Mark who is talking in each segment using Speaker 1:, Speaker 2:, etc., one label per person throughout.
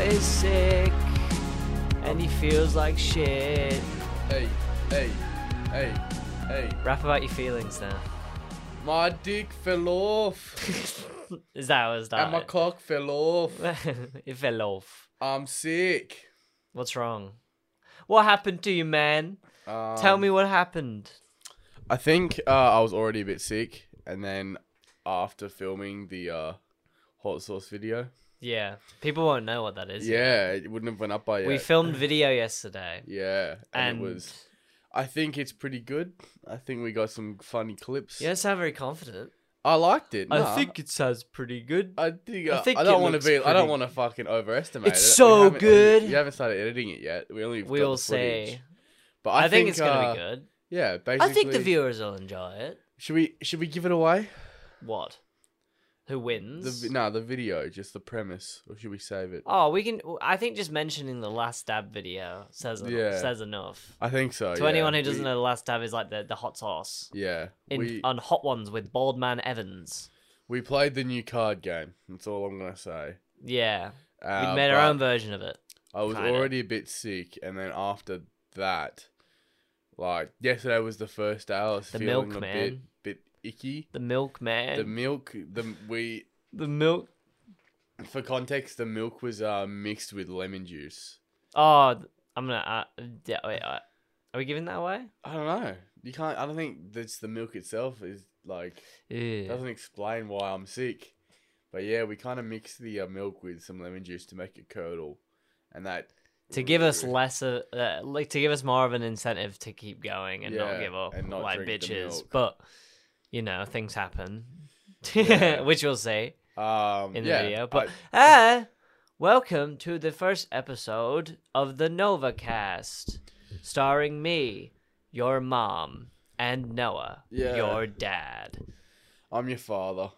Speaker 1: is sick, and he feels like shit.
Speaker 2: Hey, hey, hey, hey.
Speaker 1: Rap about your feelings now.
Speaker 2: My dick fell off
Speaker 1: Is that was
Speaker 2: and my
Speaker 1: that?
Speaker 2: cock fell off.
Speaker 1: it fell off.
Speaker 2: I'm sick.
Speaker 1: What's wrong? What happened to you, man?
Speaker 2: Um,
Speaker 1: Tell me what happened.
Speaker 2: I think uh, I was already a bit sick, and then after filming the uh, hot sauce video,
Speaker 1: Yeah, people won't know what that is.
Speaker 2: yeah, it wouldn't have went up by yet.
Speaker 1: we filmed video yesterday,
Speaker 2: yeah,
Speaker 1: and,
Speaker 2: and, it was. I think it's pretty good. I think we got some funny clips.
Speaker 1: you don't sound very confident.
Speaker 2: I liked it. nah.
Speaker 1: it sounds pretty good.
Speaker 2: I think uh,
Speaker 1: I
Speaker 2: I,
Speaker 1: think
Speaker 2: I
Speaker 1: it
Speaker 2: don't want to
Speaker 1: looks
Speaker 2: be. I
Speaker 1: pretty-
Speaker 2: don't want to fucking overestimate
Speaker 1: It's
Speaker 2: it. We
Speaker 1: so
Speaker 2: haven't-
Speaker 1: good.
Speaker 2: We haven't started editing it yet. We only got
Speaker 1: We'll
Speaker 2: the footage.
Speaker 1: see.
Speaker 2: But
Speaker 1: I, think, it's gonna be
Speaker 2: uh,
Speaker 1: good.
Speaker 2: Yeah, basically.
Speaker 1: I think the viewers will enjoy it.
Speaker 2: Should we should we give it away?
Speaker 1: What? Who
Speaker 2: The
Speaker 1: wins?
Speaker 2: vi- no, the video, just the premise, or should we save it?
Speaker 1: Oh, we can. I think just mentioning the last stab video says en-
Speaker 2: Yeah.
Speaker 1: says enough.
Speaker 2: I think so.
Speaker 1: To
Speaker 2: yeah.
Speaker 1: anyone who doesn't
Speaker 2: We-
Speaker 1: know, the last stab is like the, the hot sauce
Speaker 2: yeah,
Speaker 1: in
Speaker 2: we
Speaker 1: on Hot Ones with Bald Man Evans.
Speaker 2: we played the new card game. That's all I'm gonna say.
Speaker 1: Yeah,
Speaker 2: Uh,
Speaker 1: we made our own
Speaker 2: but
Speaker 1: version of it.
Speaker 2: I was
Speaker 1: kinda.
Speaker 2: already a bit sick, and then after that, like yesterday was the first day I was
Speaker 1: The
Speaker 2: feeling
Speaker 1: milk,
Speaker 2: a bit
Speaker 1: man.
Speaker 2: bit icky.
Speaker 1: The milk man.
Speaker 2: The milk, the we
Speaker 1: the milk.
Speaker 2: for context, the milk was uh, mixed with lemon juice.
Speaker 1: Oh, th- I'm gonna. Uh, yeah, wait, uh, are we giving that away?
Speaker 2: I don't know. You can't. I don't think that's the milk itself is like
Speaker 1: Yeah.
Speaker 2: doesn't explain why I'm sick. But yeah, we kind of mix the uh, milk with some lemon juice to make it curdle, and that
Speaker 1: To give us less of, uh, like, to give us more of an incentive to keep going and not
Speaker 2: Yeah,
Speaker 1: give up
Speaker 2: and not
Speaker 1: like
Speaker 2: drink the
Speaker 1: bitches.
Speaker 2: milk.
Speaker 1: But you know, things happen,
Speaker 2: Yeah.
Speaker 1: which we'll see.
Speaker 2: um
Speaker 1: in the
Speaker 2: yeah,
Speaker 1: video. But ah,
Speaker 2: I-
Speaker 1: welcome to the first episode of the Nova Cast, starring me, your mom, and Noah,
Speaker 2: Yeah.
Speaker 1: your dad.
Speaker 2: I'm your father.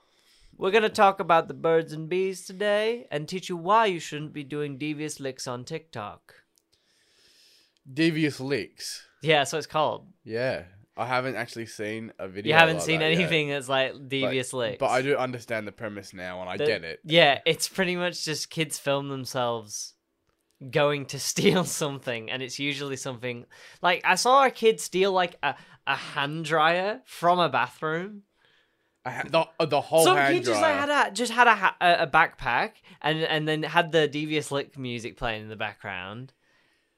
Speaker 1: We're gonna talk about the birds and bees today, and teach you why you shouldn't be doing devious licks on TikTok.
Speaker 2: Devious licks.
Speaker 1: Yeah, so it's called.
Speaker 2: Yeah, I haven't actually seen a video.
Speaker 1: You haven't
Speaker 2: like
Speaker 1: seen
Speaker 2: that yet,
Speaker 1: anything that's like
Speaker 2: but-
Speaker 1: devious licks.
Speaker 2: But I do understand the premise now, and I
Speaker 1: The-
Speaker 2: get it.
Speaker 1: Yeah, it's pretty much just kids film themselves going to steal something, and it's usually something like I saw a kid steal like a, a hand dryer from a bathroom.
Speaker 2: I ha- the uh, the whole
Speaker 1: Some
Speaker 2: hand
Speaker 1: kid just like,
Speaker 2: dryer.
Speaker 1: had a just had a, ha- a a backpack and and then had the devious lick music playing in the background.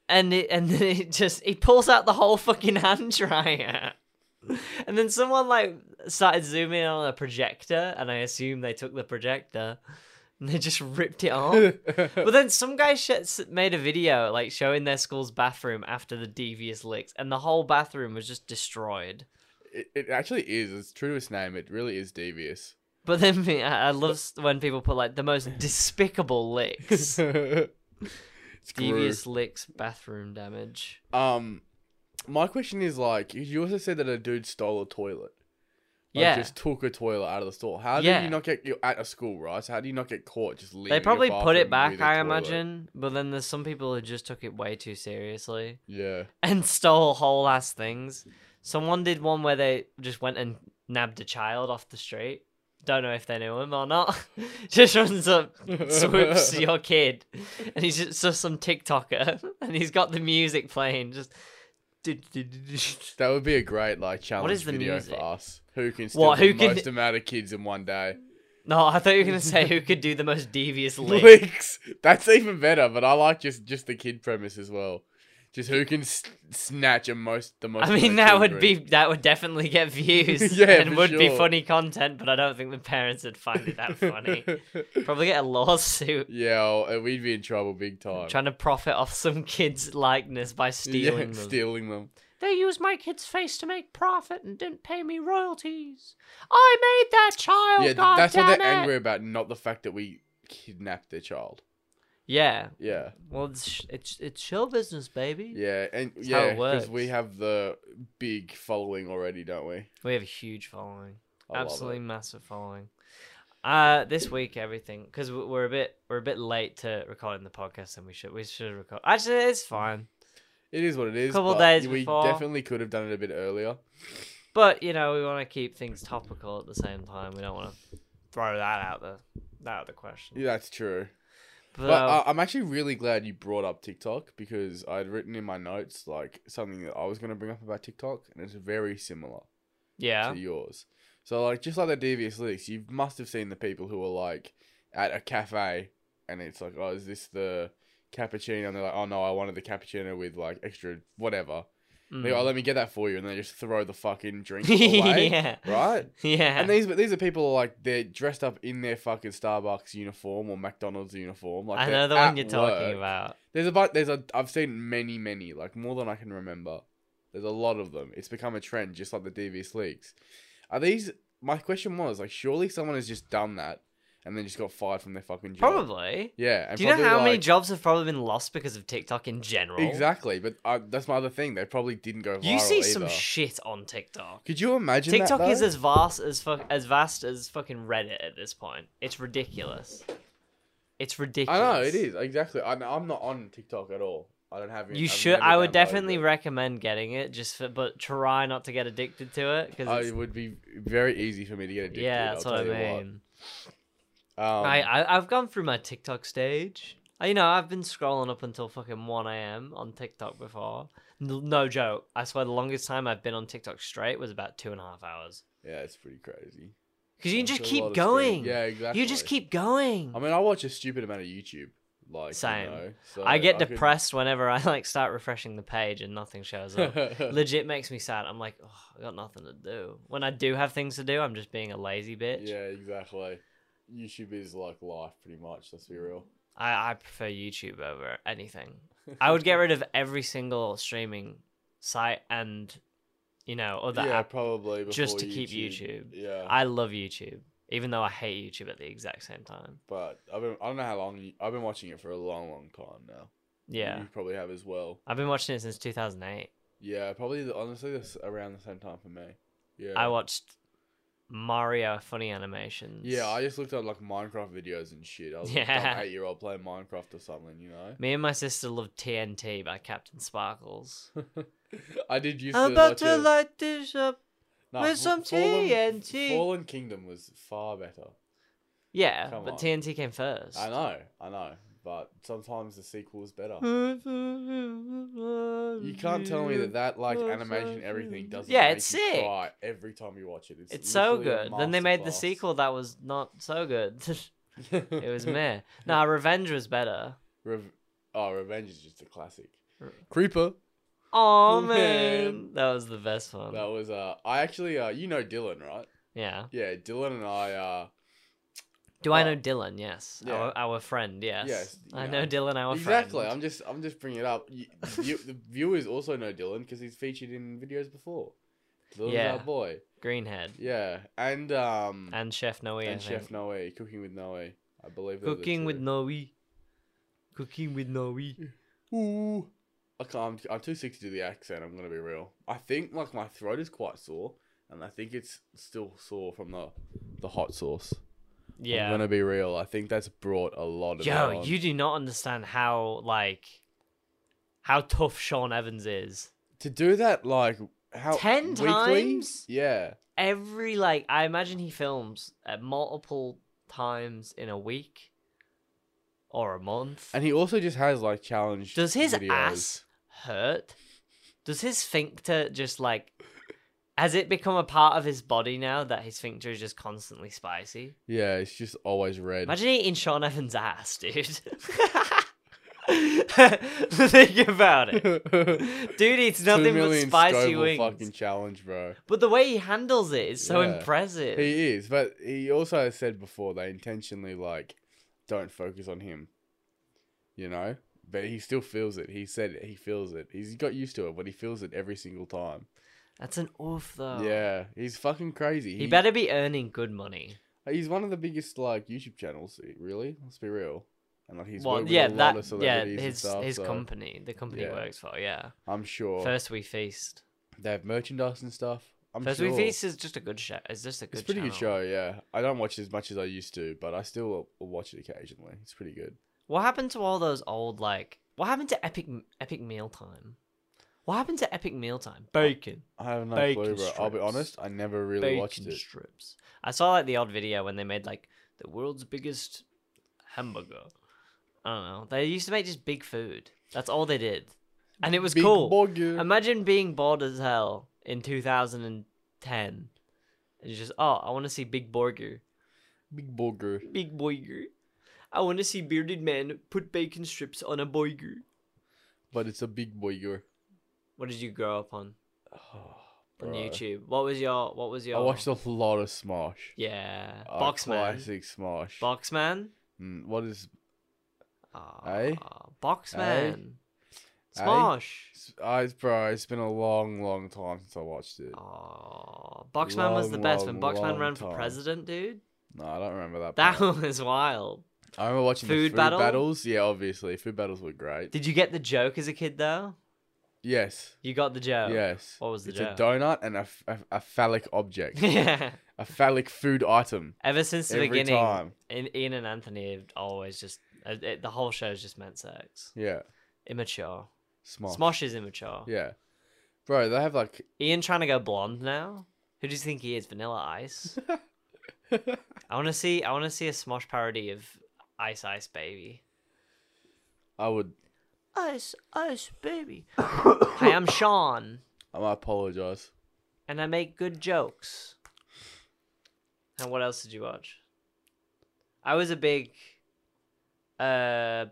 Speaker 1: And it and then it just he pulls out the whole fucking hand dryer. And then someone like started zooming in on a projector, and I assume they took the projector, and they just ripped it off. but then some guy sh- s- made a video like showing their school's bathroom after the devious licks, and the whole bathroom was just destroyed.
Speaker 2: it, it actually is. It's true to its name. It really is devious.
Speaker 1: But then me- I I love s- when people put like the most despicable licks,
Speaker 2: Screw.
Speaker 1: devious licks, bathroom damage.
Speaker 2: Um, my question is like, you also said that a dude stole a toilet. Like,
Speaker 1: yeah,
Speaker 2: Just took a toilet out of the store. How
Speaker 1: Yeah.
Speaker 2: do you not get you at a school, right? So how do you not get caught just leaving?
Speaker 1: they
Speaker 2: your
Speaker 1: probably put it
Speaker 2: bathroom
Speaker 1: back,
Speaker 2: with a
Speaker 1: I
Speaker 2: toilet?
Speaker 1: imagine. But then there's some people who just took it way too seriously
Speaker 2: Yeah.
Speaker 1: and stole whole ass things. Someone did one where they just went and nabbed a child off the street. Don't know if they knew him or not. just runs up, swoops your kid, and he's just, just some TikToker, and he's got the music playing. Just
Speaker 2: That would be a great like challenge
Speaker 1: is the
Speaker 2: video
Speaker 1: music?
Speaker 2: for us. Who can steal
Speaker 1: What, who
Speaker 2: the
Speaker 1: can-
Speaker 2: most amount of kids in one day?
Speaker 1: No, I thought you were gonna say who could do the most devious lick.
Speaker 2: Licks. That's even better. But I like just just the kid premise as well. Just who can s- snatch a most the
Speaker 1: I
Speaker 2: most. amount
Speaker 1: mean,
Speaker 2: of
Speaker 1: that would be
Speaker 2: children.
Speaker 1: that would definitely get views
Speaker 2: Yeah,
Speaker 1: and
Speaker 2: for
Speaker 1: would be
Speaker 2: sure.
Speaker 1: funny content, but I don't think the parents would find it that funny. Probably get a lawsuit
Speaker 2: yeah, oh, we'd be in trouble big time.
Speaker 1: trying to profit off some kid's likeness by stealing
Speaker 2: yeah,
Speaker 1: them.
Speaker 2: stealing them.
Speaker 1: They used my kid's face to make profit and didn't pay me royalties. I made that child.
Speaker 2: yeah, th-
Speaker 1: Oh, God
Speaker 2: that's what they're
Speaker 1: damn it.
Speaker 2: angry about, not the fact that we kidnapped their child.
Speaker 1: Yeah,
Speaker 2: Yeah,
Speaker 1: well, it's it's, it's show business, baby.
Speaker 2: yeah, and
Speaker 1: It's how it
Speaker 2: yeah, because we
Speaker 1: works.
Speaker 2: have the big following already, don't we?
Speaker 1: We have a huge following.
Speaker 2: I love it.
Speaker 1: absolutely massive following. Uh, this week everything because we're a bit we're a bit late to recording the podcast and we should we should record. Actually, it's fine,
Speaker 2: It is what it is.
Speaker 1: Couple
Speaker 2: but
Speaker 1: days
Speaker 2: we
Speaker 1: before.
Speaker 2: definitely could have done it a bit earlier.
Speaker 1: but you know we want to keep things topical at the same time. We don't want to throw that out the that out the question.
Speaker 2: Yeah, that's true.
Speaker 1: But,
Speaker 2: But uh, I'm actually really glad you brought up TikTok because I'd written in my notes like something that I was going to bring up about TikTok, and it's very similar
Speaker 1: yeah,
Speaker 2: to yours. So like just like the devious leaks, you must have seen the people who are like at a cafe, and it's like, oh, is this the cappuccino? And they're like, oh no, I wanted the cappuccino with like extra whatever. They go, oh,
Speaker 1: mm.
Speaker 2: let me get that for you, and they just throw the fucking drink away,
Speaker 1: yeah,
Speaker 2: right?
Speaker 1: yeah,
Speaker 2: And these but these are people who are, like they're dressed up in their fucking Starbucks uniform or McDonald's uniform. Like
Speaker 1: I
Speaker 2: they're
Speaker 1: know the one
Speaker 2: at
Speaker 1: you're talking
Speaker 2: work.
Speaker 1: about.
Speaker 2: There's a bu- there's a I've seen many many like more than I can remember. There's a lot of them. It's become a trend, just like the devious leaks. Are these? My question was like, surely someone has just done that and then just got fired from their fucking job.
Speaker 1: Probably.
Speaker 2: Yeah. And
Speaker 1: Do you know
Speaker 2: probably,
Speaker 1: how many
Speaker 2: like-
Speaker 1: jobs have probably been lost because of TikTok in general?
Speaker 2: Exactly, but uh, that's my other thing. They probably didn't go viral
Speaker 1: You see
Speaker 2: either.
Speaker 1: some shit on TikTok.
Speaker 2: Could you imagine
Speaker 1: TikTok
Speaker 2: that,
Speaker 1: is
Speaker 2: though?
Speaker 1: as vast as fu- as vast as fucking Reddit at this point. It's ridiculous. It's
Speaker 2: I
Speaker 1: ridiculous.
Speaker 2: know it is exactly. I, I'm not on TikTok at all. I don't have. any-
Speaker 1: You
Speaker 2: I've
Speaker 1: should.
Speaker 2: never
Speaker 1: I would
Speaker 2: downloaded
Speaker 1: definitely
Speaker 2: it.
Speaker 1: recommend getting it, just for, but try not to get addicted to it
Speaker 2: Uh,
Speaker 1: because
Speaker 2: it would be very easy for me to get addicted.
Speaker 1: yeah, that's
Speaker 2: I'll
Speaker 1: what I
Speaker 2: tell you
Speaker 1: mean.
Speaker 2: What. Um,
Speaker 1: I, I I've gone through my TikTok stage. Uh, You know, I've been scrolling up until fucking one a.m. on TikTok before. N- No joke. I swear, the longest time I've been on TikTok straight was about two and a half hours.
Speaker 2: yeah, it's pretty crazy.
Speaker 1: Because you can just
Speaker 2: That's a lot
Speaker 1: keep
Speaker 2: of screen-
Speaker 1: going.
Speaker 2: Yeah, exactly.
Speaker 1: You just keep going.
Speaker 2: I mean, I watch a stupid amount of YouTube. Like,
Speaker 1: Same.
Speaker 2: You know, so
Speaker 1: I get
Speaker 2: could-
Speaker 1: depressed whenever I like start refreshing the page and nothing shows up. Legit makes me sad. I'm like, oh, I got nothing to do. When I do have things to do, I'm just being a lazy bitch.
Speaker 2: yeah, exactly. YouTube is like life, pretty much. Let's be real.
Speaker 1: I, I prefer YouTube over anything. I would get rid of every single streaming site and, you know, other
Speaker 2: yeah,
Speaker 1: app.
Speaker 2: probably
Speaker 1: just
Speaker 2: before
Speaker 1: to keep YouTube.
Speaker 2: Yeah,
Speaker 1: I love YouTube, even though I hate YouTube at the exact same time.
Speaker 2: but I've been, I don't know how long you, I've been watching it for a long, long time now.
Speaker 1: Yeah.
Speaker 2: you probably have as well.
Speaker 1: I've been watching it since 2008.
Speaker 2: Yeah, probably the, honestly this around the same time for me. Yeah,
Speaker 1: I watched Mario Funny Animations.
Speaker 2: Yeah, I just looked at like Minecraft videos and shit. I was like
Speaker 1: Yeah.
Speaker 2: an eight year old playing Minecraft or something, you know.
Speaker 1: Me and my sister loved TNT by Captain Sparkles.
Speaker 2: I did used
Speaker 1: I'm
Speaker 2: to
Speaker 1: about
Speaker 2: watch
Speaker 1: to
Speaker 2: it.
Speaker 1: light this up.
Speaker 2: Nah,
Speaker 1: with
Speaker 2: Fa-
Speaker 1: some
Speaker 2: Fallen,
Speaker 1: TNT.
Speaker 2: Fallen Kingdom was far better.
Speaker 1: Yeah,
Speaker 2: Come
Speaker 1: but
Speaker 2: on.
Speaker 1: TNT came first.
Speaker 2: I know, I know, but sometimes the sequel is better.
Speaker 1: Hmm,
Speaker 2: You
Speaker 1: You
Speaker 2: can't tell me that that like animation everything doesn't.
Speaker 1: Yeah,
Speaker 2: make
Speaker 1: it's
Speaker 2: you
Speaker 1: sick.
Speaker 2: Cry every time you watch it. It's,
Speaker 1: It's so
Speaker 2: literally a
Speaker 1: good. Then they made the
Speaker 2: masterclass.
Speaker 1: sequel that was not so good. it was meh. Nah, Revenge was better.
Speaker 2: Rev- oh, Revenge is just a classic.
Speaker 1: Re-
Speaker 2: Creeper.
Speaker 1: Oh
Speaker 2: Oh,
Speaker 1: man,
Speaker 2: man.
Speaker 1: that was the best one.
Speaker 2: That was uh, I actually uh, you know Dylan, right?
Speaker 1: Yeah.
Speaker 2: Yeah, Dylan and I uh,
Speaker 1: Do I
Speaker 2: Uh,
Speaker 1: know Dylan? Yes.
Speaker 2: yeah.
Speaker 1: Our, our friend. Yes.
Speaker 2: Yes, you
Speaker 1: I know
Speaker 2: know.
Speaker 1: Dylan. Our
Speaker 2: Exactly.
Speaker 1: friend.
Speaker 2: I'm just I'm just bringing it up. You, you, the viewers also know Dylan because he's featured in videos before. Dylan's
Speaker 1: Yeah.
Speaker 2: our boy.
Speaker 1: Greenhead
Speaker 2: Yeah, and um
Speaker 1: and Chef Noe. I
Speaker 2: and
Speaker 1: think.
Speaker 2: Chef Noe cooking with Noe. I believe those are the
Speaker 1: Cooking with
Speaker 2: two.
Speaker 1: Noe. Cooking with Noe.
Speaker 2: Ooh. I can't, I'm, I'm too sick to do the accent. I'm gonna be real. I think like my throat is quite sore, and I think it's still sore from the the hot sauce. I'm
Speaker 1: Yeah.
Speaker 2: gonna be real. I think that's brought a lot of. that
Speaker 1: Yo,
Speaker 2: on.
Speaker 1: you do not understand how like how tough Sean Evans is.
Speaker 2: to do that like how
Speaker 1: 10
Speaker 2: weekly?
Speaker 1: times?
Speaker 2: Yeah.
Speaker 1: Every like I imagine he films at multiple times in a week or a month.
Speaker 2: And he also just has like challenge.
Speaker 1: Does his
Speaker 2: videos.
Speaker 1: ass hurt? Does his sphincter just like has it become a part of his body now that his sphincter is just constantly spicy?
Speaker 2: Yeah, it's just always red.
Speaker 1: Imagine eating Sean Evans' ass, dude. Think about it. Dude eats nothing but spicy
Speaker 2: Scoville
Speaker 1: wings.
Speaker 2: Fucking challenge, bro.
Speaker 1: But the way he handles it is so
Speaker 2: Yeah.
Speaker 1: impressive.
Speaker 2: He is, but he also has said before they intentionally like don't focus on him. You know, but he still feels it. He said he feels it. He's got used to it, but he feels it every single time.
Speaker 1: That's an oof, though.
Speaker 2: Yeah, he's fucking crazy.
Speaker 1: Oh. He better be earning good money.
Speaker 2: He's one of the biggest like YouTube channels. eh, Really, let's be real. And like he's
Speaker 1: well,
Speaker 2: worked
Speaker 1: yeah,
Speaker 2: with a
Speaker 1: that,
Speaker 2: lot of
Speaker 1: yeah,
Speaker 2: celebrities and
Speaker 1: his
Speaker 2: stuff.
Speaker 1: his
Speaker 2: so
Speaker 1: company, the company he
Speaker 2: Yeah.
Speaker 1: works for, yeah.
Speaker 2: I'm sure
Speaker 1: First we feast.
Speaker 2: they have merchandise and stuff. I'm
Speaker 1: First
Speaker 2: sure.
Speaker 1: we feast is just a good show. It's just a good.
Speaker 2: It's a pretty good
Speaker 1: channel.
Speaker 2: show, yeah. I don't watch it as much as I used to, but I still will watch it occasionally. It's pretty good.
Speaker 1: What happened to all those old like? What happened to epic epic mealtime? What happened to epic mealtime? Bacon.
Speaker 2: I have no
Speaker 1: Bacon
Speaker 2: clue, bro. I'll be
Speaker 1: strips.
Speaker 2: honest. I never really watched
Speaker 1: bacon
Speaker 2: it.
Speaker 1: strips. I saw like the odd video when they made like the world's biggest hamburger, I don't know. They used to make just big food. That's all they did, and it was
Speaker 2: Big
Speaker 1: cool.
Speaker 2: burger.
Speaker 1: Imagine being bored as hell in 2010. It's just oh, I want to see Big Burger.
Speaker 2: Big burger.
Speaker 1: Big Burger. I want to see bearded men put bacon strips on a burger.
Speaker 2: But it's a big burger.
Speaker 1: What did you grow up on on
Speaker 2: Bruh.
Speaker 1: YouTube? What was your What was your?
Speaker 2: I watched a lot of Smash.
Speaker 1: Yeah,
Speaker 2: Uh,
Speaker 1: Boxman.
Speaker 2: Classic Smash.
Speaker 1: Boxman.
Speaker 2: Mm, what is
Speaker 1: Ah,
Speaker 2: Aye.
Speaker 1: Boxman. Smosh.
Speaker 2: S- I bro, uh, it's been a long, long time since I watched it.
Speaker 1: Oh, Boxman was the
Speaker 2: Long,
Speaker 1: best when
Speaker 2: long,
Speaker 1: Boxman
Speaker 2: long
Speaker 1: ran for
Speaker 2: time.
Speaker 1: president, dude.
Speaker 2: No, I don't remember that.
Speaker 1: That
Speaker 2: part.
Speaker 1: was wild.
Speaker 2: I remember watching the
Speaker 1: Food
Speaker 2: food
Speaker 1: battle?
Speaker 2: battles. Yeah, obviously, food battles were great.
Speaker 1: Did you get the joke as a kid though?
Speaker 2: yes,
Speaker 1: You got the joke.
Speaker 2: yes.
Speaker 1: What was the
Speaker 2: it's
Speaker 1: joke?
Speaker 2: a donut and a, f- a- a phallic object,
Speaker 1: yeah.
Speaker 2: a phallic food item.
Speaker 1: Ever since the
Speaker 2: Every
Speaker 1: beginning,
Speaker 2: time.
Speaker 1: I- Ian and Anthony have always just uh, it, the whole show's just meant sex.
Speaker 2: Yeah,
Speaker 1: Immature.
Speaker 2: Smosh.
Speaker 1: Smosh, is immature.
Speaker 2: Yeah, bro, they have like
Speaker 1: Ian trying to go blonde now. Who do you think he is? Vanilla Ice. I want to see. I want to see a Smosh parody of Ice Ice Baby.
Speaker 2: I would.
Speaker 1: Ice Ice Baby. Hi, I'm Sean,
Speaker 2: I might apologize.
Speaker 1: and I make good jokes. And what else did you watch? I was a big. Uh,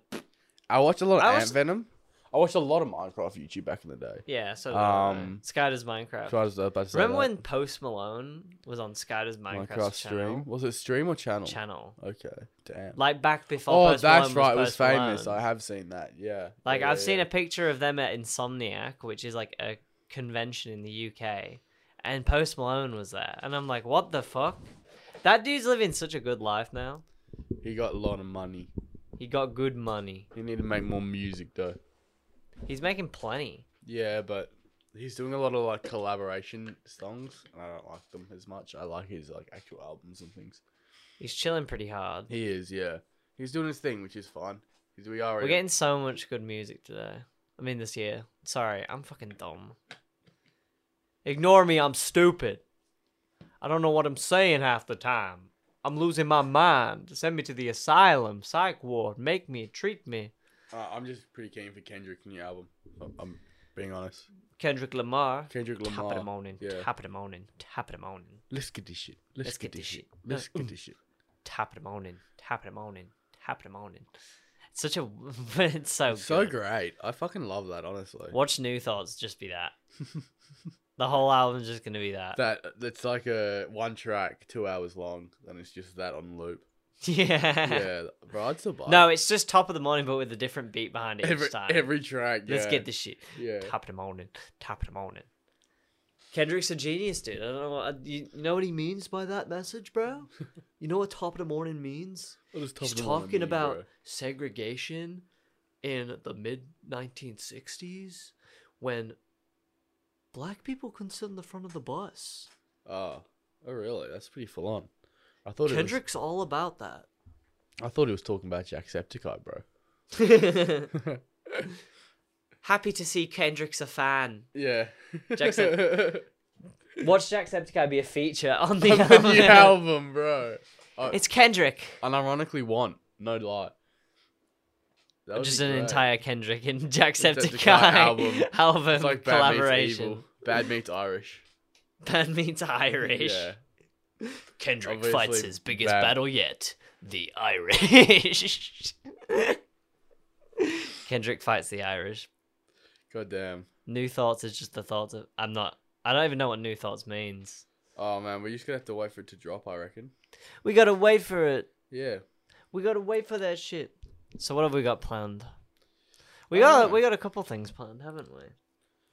Speaker 2: I watched a lot of
Speaker 1: I
Speaker 2: Ant
Speaker 1: was-
Speaker 2: Venom. I watched a lot of Minecraft YouTube back in the day.
Speaker 1: yeah. So um,
Speaker 2: Um,
Speaker 1: Sky does Minecraft.
Speaker 2: So I was about to say
Speaker 1: Remember
Speaker 2: that.
Speaker 1: when Post Malone was on Sky does Minecraft,
Speaker 2: Minecraft
Speaker 1: channel?
Speaker 2: stream? Was it stream or channel?
Speaker 1: Channel.
Speaker 2: Okay, damn.
Speaker 1: Like back before.
Speaker 2: oh,
Speaker 1: Post
Speaker 2: that's
Speaker 1: Malone
Speaker 2: right. It was
Speaker 1: Post
Speaker 2: famous.
Speaker 1: Malone.
Speaker 2: I have seen that. Yeah.
Speaker 1: Like
Speaker 2: Yeah,
Speaker 1: I've
Speaker 2: yeah,
Speaker 1: seen
Speaker 2: yeah.
Speaker 1: a picture of them at Insomniac, which is like a convention in the UK, and Post Malone was there, and I'm like, what the fuck? That dude's living such a good life now.
Speaker 2: He got a lot of money.
Speaker 1: He got good money.
Speaker 2: He need to make more music though.
Speaker 1: He's making plenty.
Speaker 2: Yeah, but he's doing a lot of like collaboration songs, and I don't like them as much. I like his like actual albums and things.
Speaker 1: He's chilling pretty hard.
Speaker 2: He is, yeah. He's doing his thing, which is fine. Because we are
Speaker 1: We're getting so much good music today. I mean, this year. Sorry, I'm fucking dumb. Ignore me, I'm stupid. I don't know what I'm saying half the time. I'm losing my mind. Send me to the asylum, psych ward, make me, treat me.
Speaker 2: Uh, I'm just pretty keen for Kendrick new album. I'm, I'm being honest.
Speaker 1: Kendrick Lamar.
Speaker 2: Kendrick
Speaker 1: Top of the
Speaker 2: Lamar.
Speaker 1: morning.
Speaker 2: yeah.
Speaker 1: Top of the morning. Top of the morning.
Speaker 2: Let's get this shit. Let's, get, this shit.
Speaker 1: No,
Speaker 2: Let's get this shit.
Speaker 1: Top of the morning. Top of the morning. Top of the morning. It's such a. it's so
Speaker 2: It's so
Speaker 1: good.
Speaker 2: great. I fucking love that. Honestly,
Speaker 1: Watch New Thoughts. Just be that. the whole album's just gonna be that.
Speaker 2: that that's like a one track, two hours long, and it's just that on loop.
Speaker 1: yeah.
Speaker 2: yeah, bro, I'd survive.
Speaker 1: No, it's just Top of the Morning, but with a different beat behind it
Speaker 2: every
Speaker 1: each time.
Speaker 2: every track.
Speaker 1: Let's
Speaker 2: yeah,
Speaker 1: get this shit.
Speaker 2: Yeah,
Speaker 1: Top of the morning. Top of the morning. Kendrick's a genius, dude. I don't know. What, you you know what he means by that message, bro? you know what top of the morning means?
Speaker 2: What does top
Speaker 1: He's
Speaker 2: of the morning
Speaker 1: talking
Speaker 2: mean,
Speaker 1: about
Speaker 2: bro?
Speaker 1: segregation in the mid 1960s when black people couldn't sit in the front of the bus.
Speaker 2: Oh, oh, really? That's pretty full on. I thought Kendrick.
Speaker 1: Kendrick's all about that.
Speaker 2: I thought he was talking about Jacksepticeye, bro.
Speaker 1: Happy to see Kendrick's a fan.
Speaker 2: Yeah,
Speaker 1: Jacksep- Watch Jacksepticeye be a feature on the,
Speaker 2: the
Speaker 1: album.
Speaker 2: new album, bro.
Speaker 1: It's Kendrick.
Speaker 2: And ironically, one no lie. That would
Speaker 1: Just
Speaker 2: be
Speaker 1: an
Speaker 2: great.
Speaker 1: entire Kendrick and
Speaker 2: Jacksepticeye
Speaker 1: Jacksepticeye album,
Speaker 2: album.
Speaker 1: album
Speaker 2: It's like
Speaker 1: collaboration.
Speaker 2: Bad meets evil. Bad meets Irish.
Speaker 1: Bad meets Irish.
Speaker 2: Yeah.
Speaker 1: Kendrick
Speaker 2: Obviously,
Speaker 1: fights his biggest
Speaker 2: bad.
Speaker 1: battle yet, the Irish. Kendrick fights the Irish.
Speaker 2: God damn.
Speaker 1: New thoughts is just the thoughts of I'm not. I don't even know what new thoughts means.
Speaker 2: Oh man, we're just gonna have to wait for it to drop, I reckon.
Speaker 1: We gotta wait for it.
Speaker 2: Yeah.
Speaker 1: We gotta wait for that shit. So what have we got planned? We
Speaker 2: I
Speaker 1: got
Speaker 2: dunno.
Speaker 1: we got a couple things planned, haven't we?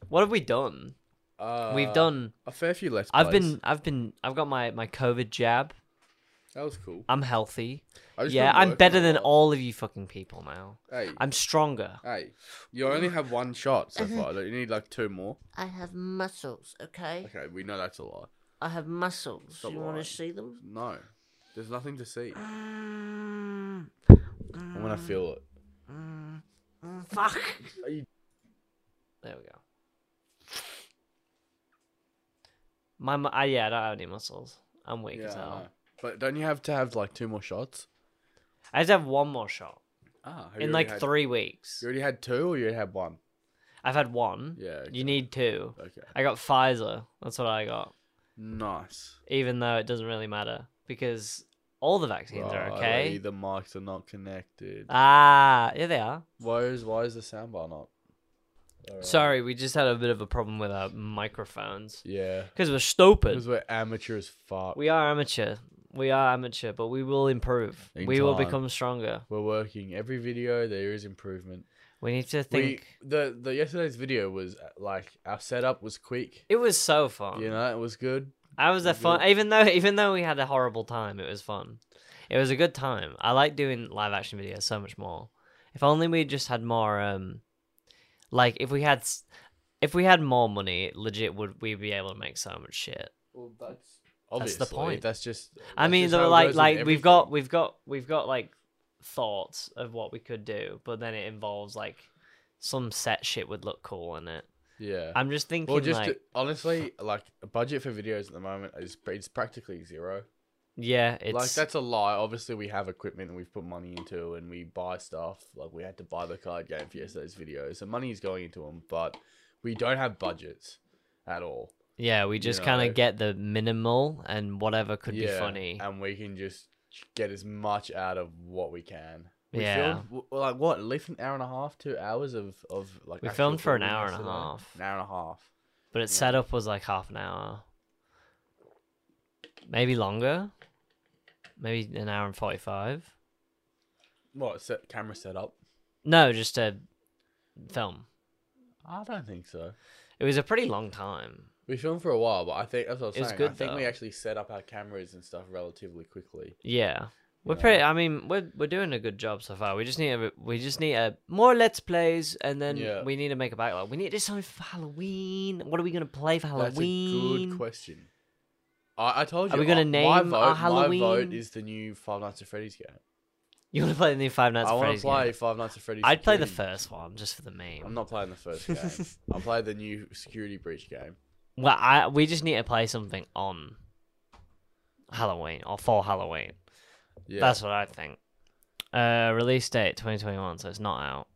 Speaker 1: What have we done?
Speaker 2: Uh,
Speaker 1: We've done.
Speaker 2: a fair few less.
Speaker 1: I've been I've been I've got my my COVID jab.
Speaker 2: That was cool.
Speaker 1: I'm healthy.
Speaker 2: I just
Speaker 1: Yeah,
Speaker 2: been
Speaker 1: I'm
Speaker 2: working
Speaker 1: better
Speaker 2: a
Speaker 1: than
Speaker 2: lot.
Speaker 1: all of you fucking people now.
Speaker 2: Hey,
Speaker 1: I'm stronger.
Speaker 2: hey, you only have one shot so far. don't You need like two more.
Speaker 3: I have muscles, okay?
Speaker 2: Okay, we know that's a lie.
Speaker 3: I have muscles.
Speaker 2: Stop
Speaker 3: you want
Speaker 2: lying.
Speaker 3: to see them?
Speaker 2: No, there's nothing to see.
Speaker 3: Mm,
Speaker 2: I'm
Speaker 1: Um,
Speaker 2: gonna feel it.
Speaker 3: mm, Fuck.
Speaker 1: There we go. My mu- I, yeah, I don't have any muscles. I'm weak
Speaker 2: Yeah,
Speaker 1: as
Speaker 2: I
Speaker 1: hell.
Speaker 2: know. but don't you have to have like two more shots?
Speaker 1: I just have one more shot.
Speaker 2: Ah, have you
Speaker 1: in
Speaker 2: already
Speaker 1: like
Speaker 2: had-
Speaker 1: three weeks.
Speaker 2: You already had two, or you already had one.
Speaker 1: I've had one.
Speaker 2: Yeah. Okay.
Speaker 1: You need two.
Speaker 2: Okay.
Speaker 1: I got Pfizer. That's what I got.
Speaker 2: Nice.
Speaker 1: Even though it doesn't really matter because all the vaccines are okay.
Speaker 2: The mics are not connected.
Speaker 1: Ah, yeah, they are.
Speaker 2: why is why is the soundbar not? Alright.
Speaker 1: Sorry, we just had a bit of a problem with our microphones
Speaker 2: Yeah.
Speaker 1: because we're stupid.
Speaker 2: Because we're amateur as fuck.
Speaker 1: We are amateur. We are amateur, but we will improve.
Speaker 2: In
Speaker 1: we will
Speaker 2: time.
Speaker 1: become stronger.
Speaker 2: We're working. Every video there is improvement.
Speaker 1: We need to think.
Speaker 2: We the the yesterday's video was uh, like our setup was quick.
Speaker 1: It was so fun.
Speaker 2: You know, it was good.
Speaker 1: I was a
Speaker 2: It was
Speaker 1: fun.
Speaker 2: good.
Speaker 1: Even though even though we had a horrible time, it was fun. It was a good time. I like doing live action videos so much more. If only we just had more. Um, like if we had, s- if we had more money, legit would we be able to make so much shit?
Speaker 2: Well, that's
Speaker 1: That's the point.
Speaker 2: That's just.
Speaker 1: I
Speaker 2: that's
Speaker 1: mean,
Speaker 2: just
Speaker 1: they
Speaker 2: how
Speaker 1: were
Speaker 2: it
Speaker 1: like
Speaker 2: goes with
Speaker 1: like we've got
Speaker 2: everything.
Speaker 1: we've got we've got like thoughts of what we could do, but then it involves like some set shit would look cool in it.
Speaker 2: Yeah.
Speaker 1: I'm just thinking
Speaker 2: well, just
Speaker 1: like
Speaker 2: to- honestly, like a budget for videos at the moment is it's practically zero.
Speaker 1: yeah, it's
Speaker 2: Like that's a lie. Obviously, we have equipment that we've put money into, and we buy stuff. Like we had to buy the card game for yesterday's video, so money is going into them. But we don't have budgets at all.
Speaker 1: yeah. We just kind
Speaker 2: know.
Speaker 1: of get the minimal and whatever could be funny.
Speaker 2: and we can just get as much out of what we can. We
Speaker 1: Yeah.
Speaker 2: filmed, w- like what? At least an hour and a half, two hours of of like.
Speaker 1: We
Speaker 2: actual
Speaker 1: filmed for an
Speaker 2: filming
Speaker 1: hour and a
Speaker 2: yesterday.
Speaker 1: half.
Speaker 2: An hour and a half.
Speaker 1: but its setup was like half an hour, maybe longer, maybe an hour and forty-five.
Speaker 2: What set, camera setup?
Speaker 1: No, just a film.
Speaker 2: I don't think so.
Speaker 1: It was a pretty long time.
Speaker 2: We filmed for a while, but I think that's what I was
Speaker 1: It was
Speaker 2: saying.
Speaker 1: good,
Speaker 2: I think we
Speaker 1: though.
Speaker 2: actually set up our cameras and stuff relatively quickly.
Speaker 1: Yeah. We're
Speaker 2: know?
Speaker 1: pretty. I mean, we're we're doing a good job so far. We just need a we just need a more let's plays, and then
Speaker 2: Yeah.
Speaker 1: we need to make a backlog. We need to do something for Halloween. What are we gonna play for
Speaker 2: That's a
Speaker 1: Halloween?
Speaker 2: good question. I, I told you.
Speaker 1: Are we gonna
Speaker 2: I-
Speaker 1: name
Speaker 2: my
Speaker 1: our
Speaker 2: vote, My
Speaker 1: Halloween?
Speaker 2: vote is the new Five Nights at Freddy's game.
Speaker 1: You wanna play the new Five Nights
Speaker 2: I
Speaker 1: at
Speaker 2: want to
Speaker 1: Freddy's? game?
Speaker 2: play Five Nights at Freddy's.
Speaker 1: I'd play the
Speaker 2: security.
Speaker 1: first one just for the meme.
Speaker 2: I'm not playing the first game. I'll play the new security breach game.
Speaker 1: Well, I we just need to play something on Halloween or for Halloween.
Speaker 2: Yeah.
Speaker 1: That's what I think. Uh, release date 2021, so it's not out.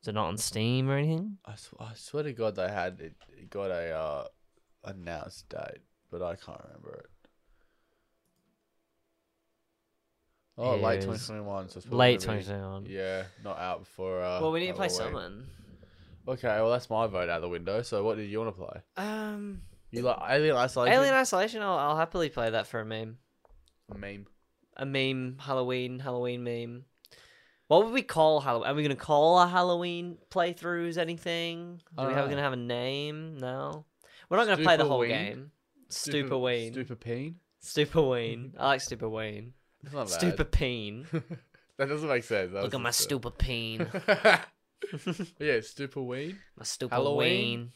Speaker 1: Is it not on Steam or anything?
Speaker 2: I, sw- I swear to God, they had it, it got a uh, announced date, but I can't remember it. Oh, late
Speaker 1: Is
Speaker 2: 2021. So it's probably
Speaker 1: Late
Speaker 2: gonna be-
Speaker 1: 2021.
Speaker 2: Yeah, not out before. Uh,
Speaker 1: Well, we need to play
Speaker 2: Halloween.
Speaker 1: someone.
Speaker 2: Okay, well that's my vote out the window. So what did you want to play?
Speaker 1: Um,
Speaker 2: You like Alien Isolation?
Speaker 1: Alien Isolation. I'll, I'll happily play that for a meme.
Speaker 2: meme.
Speaker 1: A meme, Halloween, Halloween meme. What would we call Halloween? Are we gonna call our Halloween playthroughs anything?
Speaker 2: I
Speaker 1: Are we
Speaker 2: dunno.
Speaker 1: have, gonna have a name? No, we're not gonna play the whole
Speaker 2: Stupaween?
Speaker 1: game. Stupaween.
Speaker 2: Stupid peen.
Speaker 1: Stupaween. I like Stupaween.
Speaker 2: That's not bad.
Speaker 1: Stupapeen.
Speaker 2: that doesn't make sense. That
Speaker 1: Look
Speaker 2: was
Speaker 1: at my
Speaker 2: just
Speaker 1: stupapeen.
Speaker 2: a- yeah, stupid weed.
Speaker 1: My stupaween.
Speaker 2: Halloween?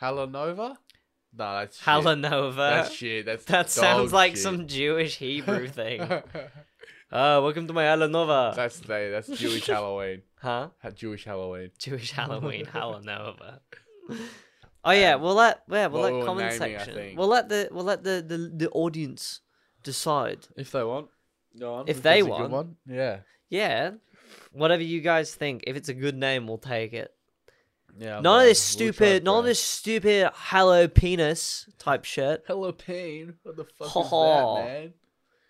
Speaker 2: Halonova? No, that's shit. That's
Speaker 1: Hallanova.
Speaker 2: shit. That's
Speaker 1: That sounds
Speaker 2: dog
Speaker 1: like
Speaker 2: shit.
Speaker 1: some Jewish Hebrew thing. Oh, welcome to my Hallanova.
Speaker 2: that's they. That's Jewish Halloween.
Speaker 1: Huh?
Speaker 2: Ha- Jewish Halloween.
Speaker 1: Jewish Halloween, Hallanova. Oh yeah, we'll let yeah, we'll
Speaker 2: Um, what
Speaker 1: let
Speaker 2: we were
Speaker 1: comment
Speaker 2: naming, I
Speaker 1: section.
Speaker 2: think.
Speaker 1: We'll let the we'll let the, the, the audience decide.
Speaker 2: If they want. Go on.
Speaker 1: If they
Speaker 2: it's a good
Speaker 1: want.
Speaker 2: one. Yeah.
Speaker 1: Yeah. Whatever you guys think. If it's a good name, we'll take it.
Speaker 2: Yeah. I'm
Speaker 1: None of
Speaker 2: down.
Speaker 1: this
Speaker 2: Uh, We'll try
Speaker 1: stupid
Speaker 2: it
Speaker 1: none of
Speaker 2: first.
Speaker 1: this stupid hello penis type shit.
Speaker 2: Hello, pain. What the fuck is
Speaker 1: Ho-ho.
Speaker 2: that, man?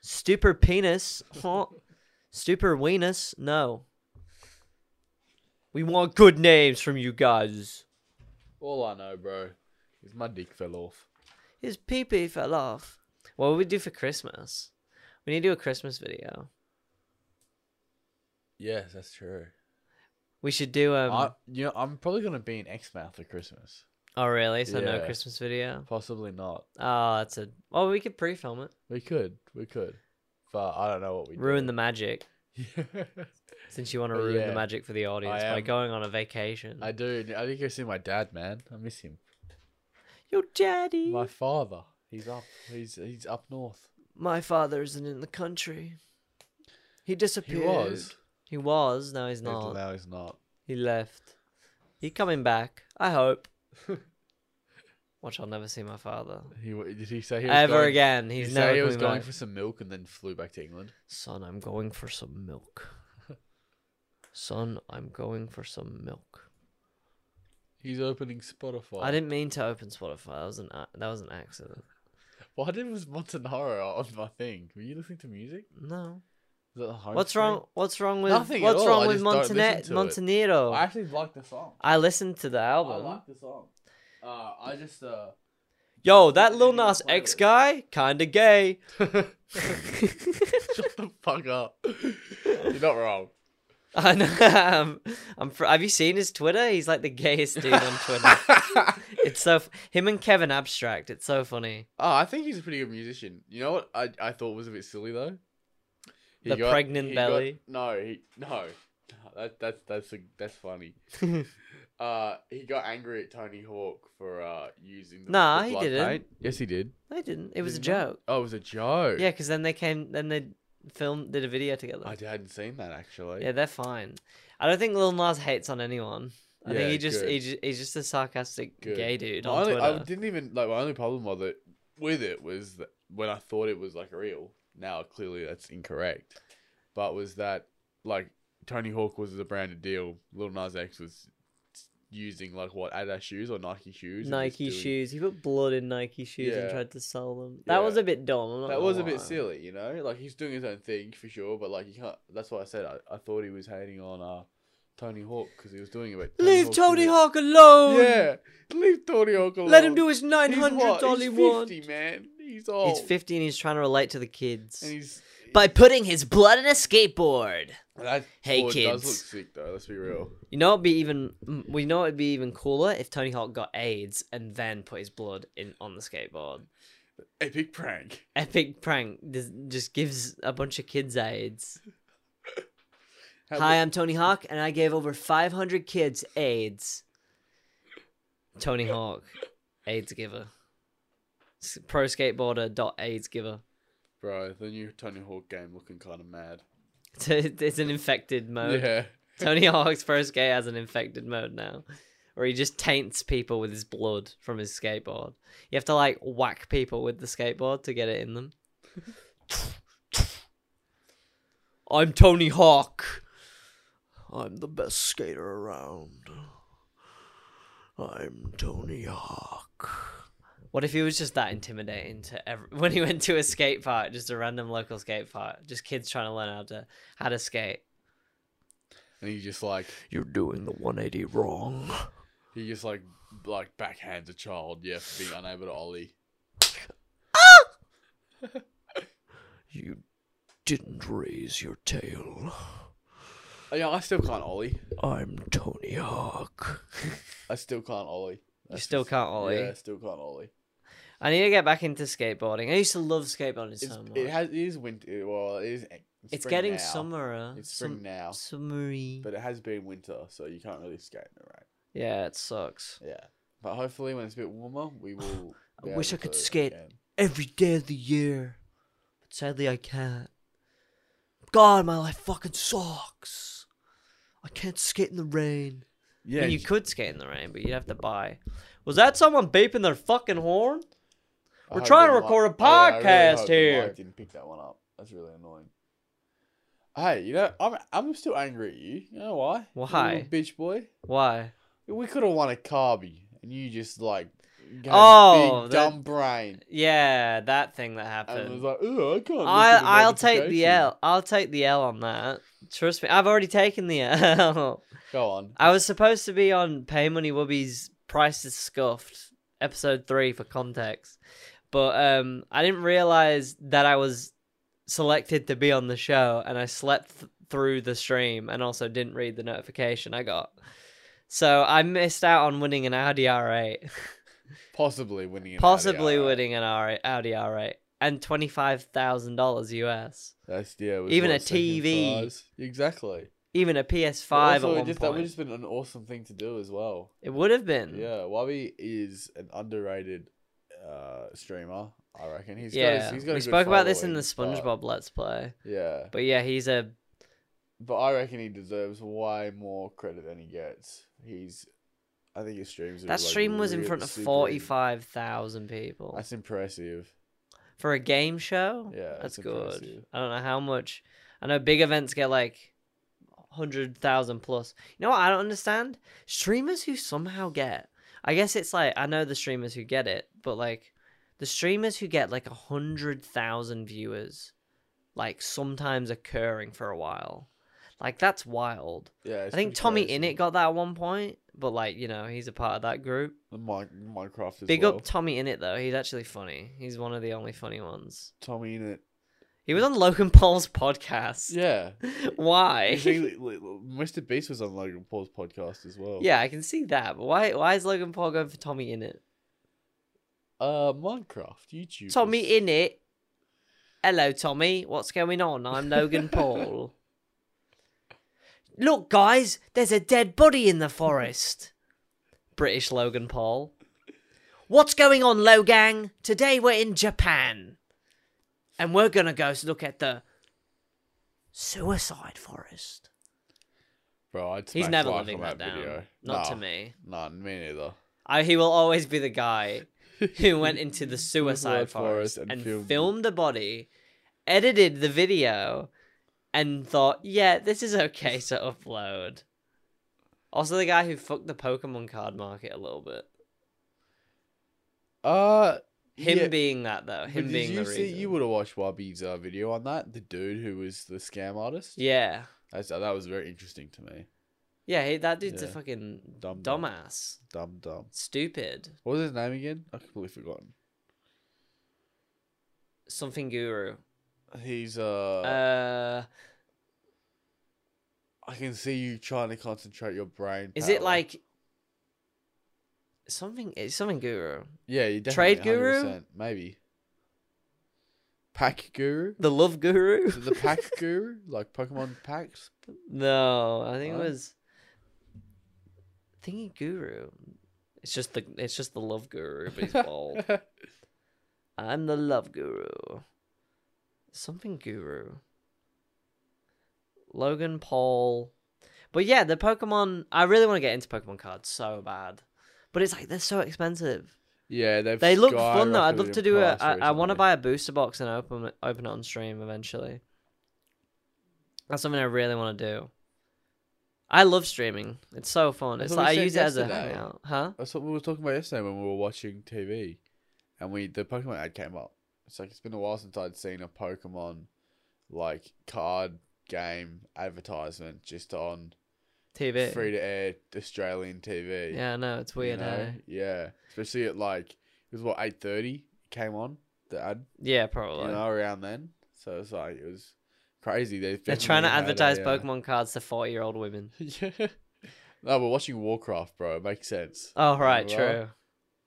Speaker 1: Stupor penis. Huh? Stupor weenus. No. We want good names from you guys.
Speaker 2: All I know, bro, is my dick fell off.
Speaker 1: His pee pee fell off. What would we do for Christmas? We need to do a Christmas video.
Speaker 2: Yes, that's true.
Speaker 1: We should do um.
Speaker 2: I, you know, I'm probably gonna be an X mouth for Christmas.
Speaker 1: oh really? So no
Speaker 2: yeah.
Speaker 1: Christmas video.
Speaker 2: Possibly not.
Speaker 1: Oh, that's a. Well, we could pre-film it.
Speaker 2: We could, we could, but I don't know what we
Speaker 1: Ruin the magic.
Speaker 2: the.
Speaker 1: Since you want to
Speaker 2: But
Speaker 1: ruin
Speaker 2: Uh, yeah,
Speaker 1: the magic for the audience by
Speaker 2: am-
Speaker 1: going on a vacation.
Speaker 2: I do. I need to go see my dad, man. I miss him.
Speaker 1: Your daddy.
Speaker 2: My
Speaker 1: My...
Speaker 2: father. He's up. He's he's up north.
Speaker 1: father isn't in the country. He
Speaker 2: He
Speaker 1: disappeared.
Speaker 2: was.
Speaker 1: He was. No, he's
Speaker 2: He's-
Speaker 1: not.
Speaker 2: Now he's not.
Speaker 1: He left. He coming back. I hope. Watch, I'll never see my father
Speaker 2: He w- did he say he was
Speaker 1: ever
Speaker 2: going,
Speaker 1: again.
Speaker 2: Did
Speaker 1: He's
Speaker 2: he
Speaker 1: never
Speaker 2: say he
Speaker 1: coming
Speaker 2: was going
Speaker 1: back.
Speaker 2: for some milk and then flew back to England.
Speaker 1: Son, I'm going for some milk. Son, I'm going for some milk.
Speaker 2: He's opening Spotify.
Speaker 1: I didn't mean to open Spotify. That was an a- that was an accident.
Speaker 2: Why did was Montanaro on my thing? Were you listening to music?
Speaker 1: No.
Speaker 2: Is that the home
Speaker 1: What's
Speaker 2: screen?
Speaker 1: wrong? What's wrong with
Speaker 2: Nothing at
Speaker 1: What's
Speaker 2: all,
Speaker 1: wrong
Speaker 2: I
Speaker 1: with
Speaker 2: just don't listen
Speaker 1: Montene-
Speaker 2: to it.
Speaker 1: Montenegro?
Speaker 2: I
Speaker 1: I,
Speaker 2: actually like the song.
Speaker 1: listened to the
Speaker 2: I
Speaker 1: album.
Speaker 2: like the song. Uh, I just uh.
Speaker 1: Yo, that
Speaker 2: Didn't
Speaker 1: Lil
Speaker 2: even
Speaker 1: Nas
Speaker 2: play
Speaker 1: X
Speaker 2: it.
Speaker 1: guy, kinda gay.
Speaker 2: Shut the fuck up. You're not wrong.
Speaker 1: I know. Um, I'm fr- have you seen his Twitter? He's like the gayest dude on Twitter.
Speaker 2: oh,
Speaker 1: it's so f- him and Kevin Abstract. It's so funny.
Speaker 2: Ah, I think he's a pretty good musician. You know what I, I thought was a bit silly though?
Speaker 1: The pregnant
Speaker 2: he
Speaker 1: belly.
Speaker 2: no, he, no. No, That, that's that's that's funny. Uh, he got angry at Tony Hawk for uh using the
Speaker 1: Nah,
Speaker 2: the
Speaker 1: he
Speaker 2: blood
Speaker 1: didn't.
Speaker 2: Yes, he did.
Speaker 1: They didn't. It was a
Speaker 2: Did he not?
Speaker 1: joke.
Speaker 2: Oh, it was a joke.
Speaker 1: Yeah, because then they came. Then they filmed, did a video together.
Speaker 2: I d- hadn't seen that actually.
Speaker 1: Yeah, they're fine. I don't think Lil Nas hates on anyone. I
Speaker 2: Yeah,
Speaker 1: think he just,
Speaker 2: good.
Speaker 1: he just he's just a sarcastic
Speaker 2: Good.
Speaker 1: gay dude
Speaker 2: My
Speaker 1: on
Speaker 2: only-
Speaker 1: Twitter.
Speaker 2: I didn't even like my only problem with it with it was that when I thought it was like real. Now clearly that's incorrect, but was that like Tony Hawk was a branded deal. Lil Nas X was using like what Adidas shoes or Nike shoes. and just
Speaker 1: Nike
Speaker 2: doing-
Speaker 1: shoes. He put blood in Nike shoes and
Speaker 2: Yeah.
Speaker 1: tried to sell them. That
Speaker 2: Yeah.
Speaker 1: was a bit dumb. I'm not
Speaker 2: That
Speaker 1: gonna
Speaker 2: was a bit
Speaker 1: lie.
Speaker 2: silly, you know. Like he's doing his own thing for sure, but like you can't. That's why I said I, I thought he was hating on uh Tony Hawk because he was doing it. but
Speaker 1: Leave
Speaker 2: Hawk
Speaker 1: Tony
Speaker 2: did it.
Speaker 1: Hawk alone.
Speaker 2: Yeah, leave Tony Hawk alone.
Speaker 1: Let him do his nine
Speaker 2: He's
Speaker 1: hundred
Speaker 2: what?
Speaker 1: dollar
Speaker 2: He's
Speaker 1: one.
Speaker 2: 50, man. He's old.
Speaker 1: He's fifty and he's trying to relate to the kids
Speaker 2: And he's
Speaker 1: by putting his blood in a skateboard.
Speaker 2: that
Speaker 1: Hey,
Speaker 2: board
Speaker 1: kids.
Speaker 2: does look sick though. Let's be real.
Speaker 1: You know, it'd be even mm, we know it'd be even cooler if Tony Hawk got AIDS and then put his blood in on the skateboard.
Speaker 2: Epic prank.
Speaker 1: Epic prank this just gives a bunch of kids AIDS.
Speaker 2: How
Speaker 1: Hi,
Speaker 2: the-
Speaker 1: I'm Tony Hawk, and I gave over 500 kids AIDS. Tony Hawk, AIDS giver. S- Pro skateboarder dot AIDS giver.
Speaker 2: bro. The new Tony Hawk game looking kind of mad.
Speaker 1: It's a- it's an infected mode.
Speaker 2: Yeah.
Speaker 1: Tony Hawk's pro skate has an infected mode now, where he just taints people with his blood from his skateboard. You have to like whack people with the skateboard to get it in them. I'm Tony Hawk.
Speaker 4: I'm the best skater around. I'm Tony Hawk.
Speaker 1: What if he was just that intimidating to every when he went to a skate park, just a random local skate park, just kids trying to learn how to how to skate.
Speaker 2: And he just like
Speaker 4: You're doing the 180 wrong.
Speaker 2: he just like b- like backhands a child. Yeah, for being unable to ollie.
Speaker 4: You didn't raise your tail.
Speaker 2: Oh, yeah, I still can't ollie.
Speaker 4: I'm Tony Hawk.
Speaker 2: I still can't ollie.
Speaker 1: You
Speaker 2: That's
Speaker 1: still
Speaker 2: just-
Speaker 1: can't ollie.
Speaker 2: Yeah, I still can't ollie.
Speaker 1: I need to get back into skateboarding. I used to love skateboarding
Speaker 2: It's,
Speaker 1: so much.
Speaker 2: it has it is winter. Well, it is. e,
Speaker 1: it's
Speaker 2: spring
Speaker 1: getting
Speaker 2: now.
Speaker 1: summerer.
Speaker 2: It's spring
Speaker 1: Sum-
Speaker 2: now,
Speaker 1: Summery.
Speaker 2: but it has been winter, so you can't really skate in it, right?
Speaker 1: Yeah, it sucks.
Speaker 2: Yeah. But hopefully, when it's a bit warmer, we will.
Speaker 1: I
Speaker 2: be
Speaker 1: wish
Speaker 2: able
Speaker 1: I could
Speaker 2: to
Speaker 1: skate.
Speaker 2: again.
Speaker 1: Every day of the year. But sadly, I can't. God, my life fucking sucks. I can't skate in the rain.
Speaker 2: Yeah,
Speaker 1: you could skate in the rain, but you'd have to buy. Was that someone beeping their fucking horn?
Speaker 2: I
Speaker 1: We're
Speaker 2: hope
Speaker 1: trying
Speaker 2: the
Speaker 1: to
Speaker 2: mi-
Speaker 1: record a
Speaker 2: I- I really
Speaker 1: podcast
Speaker 2: hope the mic
Speaker 1: here.
Speaker 2: didn't pick that one up. That's really annoying. Hey, you know, I'm I'm still angry at you. You know why? You little
Speaker 1: Why?
Speaker 2: bitch boy?
Speaker 1: Why?
Speaker 2: We could have won a carby, and you just like got
Speaker 1: Oh,
Speaker 2: a big
Speaker 1: that-
Speaker 2: dumb brain,
Speaker 1: Yeah, that thing that happened.
Speaker 2: and was like, oh, I can't.
Speaker 1: I I'll take the L. I'll take the L on that. Trust me, I've already taken the L.
Speaker 2: Go on.
Speaker 1: I was supposed to be on Pay Money Wubby's Price is Scuffed, episode three for context. But um I didn't realise that I was selected to be on the show and I slept th- through the stream and also didn't read the notification I got. So I missed out on winning an Audi R8.
Speaker 2: Possibly winning. an
Speaker 1: possibly
Speaker 2: RDR.
Speaker 1: winning an R8, Audi R8 and $25,000 US.
Speaker 2: That's yeah. it was
Speaker 1: Even
Speaker 2: what,
Speaker 1: a
Speaker 2: second
Speaker 1: TV.
Speaker 2: prize. Exactly.
Speaker 1: Even a PS5
Speaker 2: also,
Speaker 1: at one
Speaker 2: just, that
Speaker 1: point. Mm.
Speaker 2: would just been an awesome thing to do as well.
Speaker 1: It would have been.
Speaker 2: Yeah, Wabi is an underrated uh, streamer. I reckon he's got
Speaker 1: yeah.
Speaker 2: his- he's got. a
Speaker 1: we
Speaker 2: good
Speaker 1: spoke about this in the
Speaker 2: following, but-
Speaker 1: SpongeBob Let's Play.
Speaker 2: yeah,
Speaker 1: But yeah, he's a
Speaker 2: but I reckon he deserves way more credit than he gets. He's, I think his streams. Are
Speaker 1: that
Speaker 2: like,
Speaker 1: stream was in
Speaker 2: really
Speaker 1: front of
Speaker 2: super-
Speaker 1: forty five thousand people
Speaker 2: That's impressive.
Speaker 1: for a game show.
Speaker 2: Yeah,
Speaker 1: that's
Speaker 2: it's
Speaker 1: good.
Speaker 2: impressive.
Speaker 1: I don't know how much. I know big events get like hundred thousand plus. You know what I don't understand? Streamers who somehow get. I guess it's like I know the streamers who get it, but like the streamers who get like a hundred thousand viewers, like sometimes occurring for a while. Like that's wild.
Speaker 2: Yeah,
Speaker 1: I think Tommy Innit got that at one point, but like you know he's a part of that group.
Speaker 2: the Mi- Minecraft. As
Speaker 1: Big
Speaker 2: well.
Speaker 1: up Tommy Innit though. He's actually funny. He's one of the only funny ones.
Speaker 2: Tommy Innit.
Speaker 1: He was on Logan Paul's podcast.
Speaker 2: Yeah,
Speaker 1: Why?
Speaker 2: You see, li- li- Mr. Beast was on Logan Paul's podcast as well.
Speaker 1: Yeah, I can see that. But why why is Logan Paul going for Tommy in it?
Speaker 2: Uh, Minecraft YouTube.
Speaker 1: Tommy in it. Hello Tommy, what's going on? I'm Logan Paul. Look guys, there's a dead body in the forest. British Logan Paul. What's going on, Logang? Today we're in Japan. And we're gonna go look at the suicide forest.
Speaker 2: Bro, I'd
Speaker 1: He's
Speaker 2: smash
Speaker 1: never
Speaker 2: like
Speaker 1: living
Speaker 2: on
Speaker 1: that, down.
Speaker 2: Video.
Speaker 1: Not
Speaker 2: Nah,
Speaker 1: to me.
Speaker 2: Nah, me neither.
Speaker 1: I, he will always be the guy who went into the suicide
Speaker 2: Suicide
Speaker 1: forest,
Speaker 2: forest
Speaker 1: and,
Speaker 2: and filmed it.
Speaker 1: filmed the body, edited the video, and thought, yeah, this is okay to upload. Also, the guy who fucked the Pokemon card market a little bit.
Speaker 2: Uh,
Speaker 1: Him
Speaker 2: yeah,
Speaker 1: being that though,
Speaker 2: but
Speaker 1: him
Speaker 2: did
Speaker 1: being
Speaker 2: you
Speaker 1: the
Speaker 2: see,
Speaker 1: reason.
Speaker 2: You would have watched Wabi's uh, video on that. The dude who was the scam artist.
Speaker 1: Yeah,
Speaker 2: That's, uh, that was very interesting to me.
Speaker 1: yeah, he, that dude's a
Speaker 2: Yeah.
Speaker 1: fucking
Speaker 2: Dumb dumb.
Speaker 1: dumbass,
Speaker 2: Dumb dumb.
Speaker 1: stupid,
Speaker 2: What was his name again? I completely forgotten.
Speaker 1: something guru.
Speaker 2: He's uh.
Speaker 1: Uh,
Speaker 2: I can see you trying to concentrate your brain.
Speaker 1: is it
Speaker 2: power.
Speaker 1: like something? It's something guru.
Speaker 2: yeah? You
Speaker 1: Trade
Speaker 2: definitely-
Speaker 1: Guru?
Speaker 2: 100%, maybe. Pack guru.
Speaker 1: The love guru.
Speaker 2: Is it the pack guru, like Pokemon packs.
Speaker 1: No, I think it
Speaker 2: Huh?
Speaker 1: was Thingy Guru. It's just the it's just the love guru, but he's bald. I'm the love guru. Something guru. Logan Paul. But yeah, the Pokemon I really want to get into Pokemon cards so bad. But it's like they're so expensive.
Speaker 2: Yeah, they've
Speaker 1: They look fun though. I'd love
Speaker 2: skyrocketed
Speaker 1: to
Speaker 2: in
Speaker 1: do a.
Speaker 2: price
Speaker 1: I, I want to
Speaker 2: recently.
Speaker 1: buy a booster box and open it- open it on stream eventually. That's something I really want to do. I love streaming. It's so fun.
Speaker 2: That's
Speaker 1: it's
Speaker 2: what we
Speaker 1: like I
Speaker 2: said
Speaker 1: use it as a
Speaker 2: yesterday.
Speaker 1: hangout, huh?
Speaker 2: That's what we were talking about yesterday when we were watching TV, and we the Pokemon ad came up. It's like it's been a while since I'd seen a Pokemon like card game advertisement just on
Speaker 1: TV.
Speaker 2: free to air Australian TV.
Speaker 1: Yeah, no, it's
Speaker 2: you
Speaker 1: weird.
Speaker 2: know?
Speaker 1: eh?
Speaker 2: Yeah, especially at like it was what eight thirty came on the ad,
Speaker 1: Yeah,
Speaker 2: you
Speaker 1: probably.
Speaker 2: know, around then. So it's like it was crazy. They
Speaker 1: They're
Speaker 2: definitely
Speaker 1: trying to
Speaker 2: had a,
Speaker 1: advertise
Speaker 2: uh,
Speaker 1: Pokemon cards to forty year old women.
Speaker 2: yeah. No, we're watching Warcraft, bro. It makes sense.
Speaker 1: Oh right,
Speaker 2: Well,
Speaker 1: true.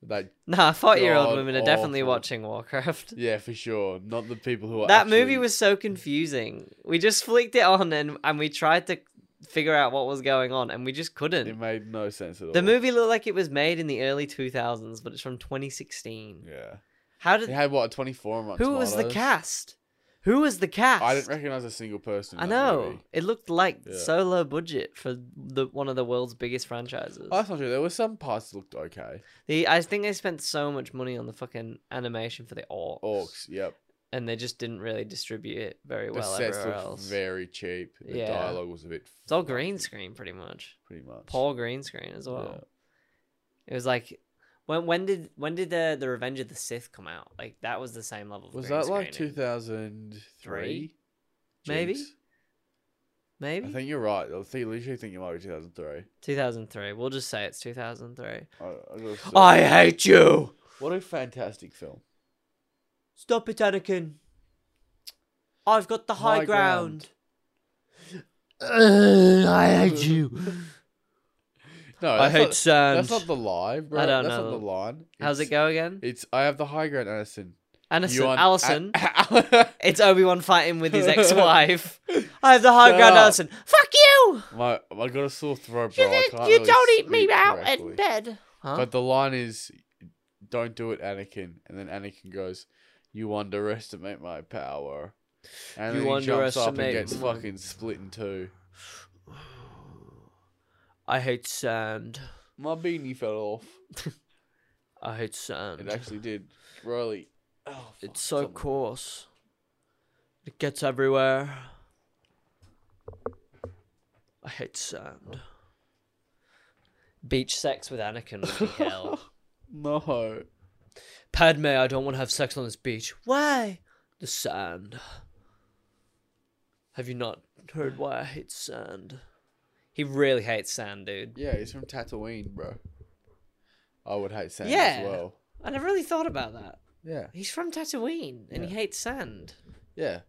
Speaker 2: That
Speaker 1: Nah, forty year old
Speaker 2: God
Speaker 1: women are definitely
Speaker 2: awful.
Speaker 1: watching Warcraft.
Speaker 2: yeah, for sure. Not the people who are
Speaker 1: that movie
Speaker 2: actually-
Speaker 1: was so confusing. We just flicked it on and and we tried to figure out what was going on and we just couldn't.
Speaker 2: It made no sense at all.
Speaker 1: The movie looked like it was made in the early 2000s, but it's from 2016.
Speaker 2: Yeah.
Speaker 1: How
Speaker 2: It
Speaker 1: did
Speaker 2: had what twenty four months.
Speaker 1: who was the cast? Who was the cast?
Speaker 2: I didn't recognize a single person.
Speaker 1: I
Speaker 2: in that
Speaker 1: know
Speaker 2: movie.
Speaker 1: it looked like
Speaker 2: Yeah.
Speaker 1: so low budget for the one of the world's biggest franchises.
Speaker 2: Oh, that's not true. There were some parts that looked okay.
Speaker 1: The, I think they spent so much money on the fucking animation for the orcs,
Speaker 2: Orcs, yep.
Speaker 1: and they just didn't really distribute it very
Speaker 2: The
Speaker 1: well
Speaker 2: sets
Speaker 1: everywhere
Speaker 2: looked
Speaker 1: else.
Speaker 2: very cheap. The
Speaker 1: Yeah.
Speaker 2: dialogue was a bit.
Speaker 1: It's all
Speaker 2: fucked,
Speaker 1: green screen, pretty much.
Speaker 2: Pretty much.
Speaker 1: Paul green screen as well. It was like when when did when did the the Revenge of the Sith come out? Like that was the same level. Of
Speaker 2: Was
Speaker 1: green
Speaker 2: that like two
Speaker 1: screening.
Speaker 2: thousand three?
Speaker 1: Maybe? Maybe
Speaker 2: I think you're right. I think literally think it might be two thousand three.
Speaker 1: 2003. We'll just say it's 2003.
Speaker 2: I, I gotta say-
Speaker 1: hate you.
Speaker 2: What a fantastic film.
Speaker 1: Stop it, Anakin. I've got the high,
Speaker 2: High
Speaker 1: ground.
Speaker 2: ground.
Speaker 4: Uh, I hate you.
Speaker 2: No,
Speaker 1: I
Speaker 2: that's
Speaker 1: hate
Speaker 2: not,
Speaker 1: sand.
Speaker 2: That's not the lie, bro.
Speaker 1: don't
Speaker 2: that's
Speaker 1: know.
Speaker 2: not the line.
Speaker 1: How's it
Speaker 2: It's-
Speaker 1: go again?
Speaker 2: It's I have the high ground, Anderson.
Speaker 1: Anderson,
Speaker 2: are-
Speaker 1: Allison.
Speaker 2: A-
Speaker 1: it's Obi Wan fighting with his ex-wife. I have the high
Speaker 2: Shut
Speaker 1: ground,
Speaker 2: up.
Speaker 1: Allison. Fuck you.
Speaker 2: my I got a sore throat, bro. I can't
Speaker 3: you
Speaker 2: really
Speaker 3: don't eat me
Speaker 2: speak
Speaker 3: out
Speaker 2: correctly.
Speaker 3: in bed.
Speaker 1: Huh?
Speaker 2: But the line is, "Don't do it, Anakin." And then Anakin goes, "You underestimate my power." And
Speaker 1: You
Speaker 2: then he jumps up and
Speaker 1: underestimate
Speaker 2: gets
Speaker 1: my-
Speaker 2: fucking split in two.
Speaker 1: I hate sand.
Speaker 2: My beanie fell off.
Speaker 1: I hate
Speaker 2: It
Speaker 1: sand.
Speaker 2: actually did. Really. Oh, fuck,
Speaker 1: It's so
Speaker 2: something.
Speaker 1: coarse. It gets everywhere.
Speaker 4: I hate sand.
Speaker 1: Beach sex with Anakin would be hell.
Speaker 2: No.
Speaker 4: Padme, I don't want to have sex on this beach. Why? The sand. Have you not heard why I hate sand?
Speaker 1: he really hates sand, dude.
Speaker 2: Yeah, he's from Tatooine, bro. I would hate sand
Speaker 1: Yeah.
Speaker 2: as well.
Speaker 1: I never really thought about that.
Speaker 2: Yeah.
Speaker 1: He's from Tatooine and he hates sand.
Speaker 2: Yeah.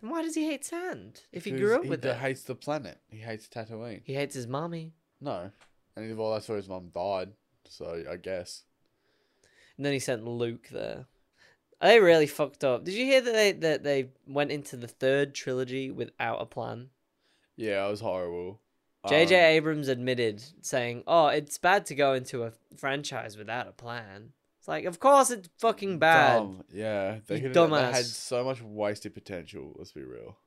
Speaker 1: Then why does he hate sand? If he
Speaker 2: 'Cause
Speaker 1: grew up
Speaker 2: he
Speaker 1: with
Speaker 2: d-
Speaker 1: it,
Speaker 2: hates the planet. He hates Tatooine.
Speaker 1: he hates his mommy.
Speaker 2: No. And he- well, that's where his mum died. So I guess.
Speaker 1: And then he sent Luke there. They really fucked up. Did you hear that they that they went into the third trilogy without a plan?
Speaker 2: Yeah, it was horrible.
Speaker 1: JJ
Speaker 2: Um,
Speaker 1: Abrams admitted saying, "Oh, it's bad to go into a franchise without a plan." It's like, of course it's fucking bad.
Speaker 2: Dumb. Yeah, they,
Speaker 1: You
Speaker 2: could have, they
Speaker 1: dumbass.
Speaker 2: had so much wasted potential. Let's be real.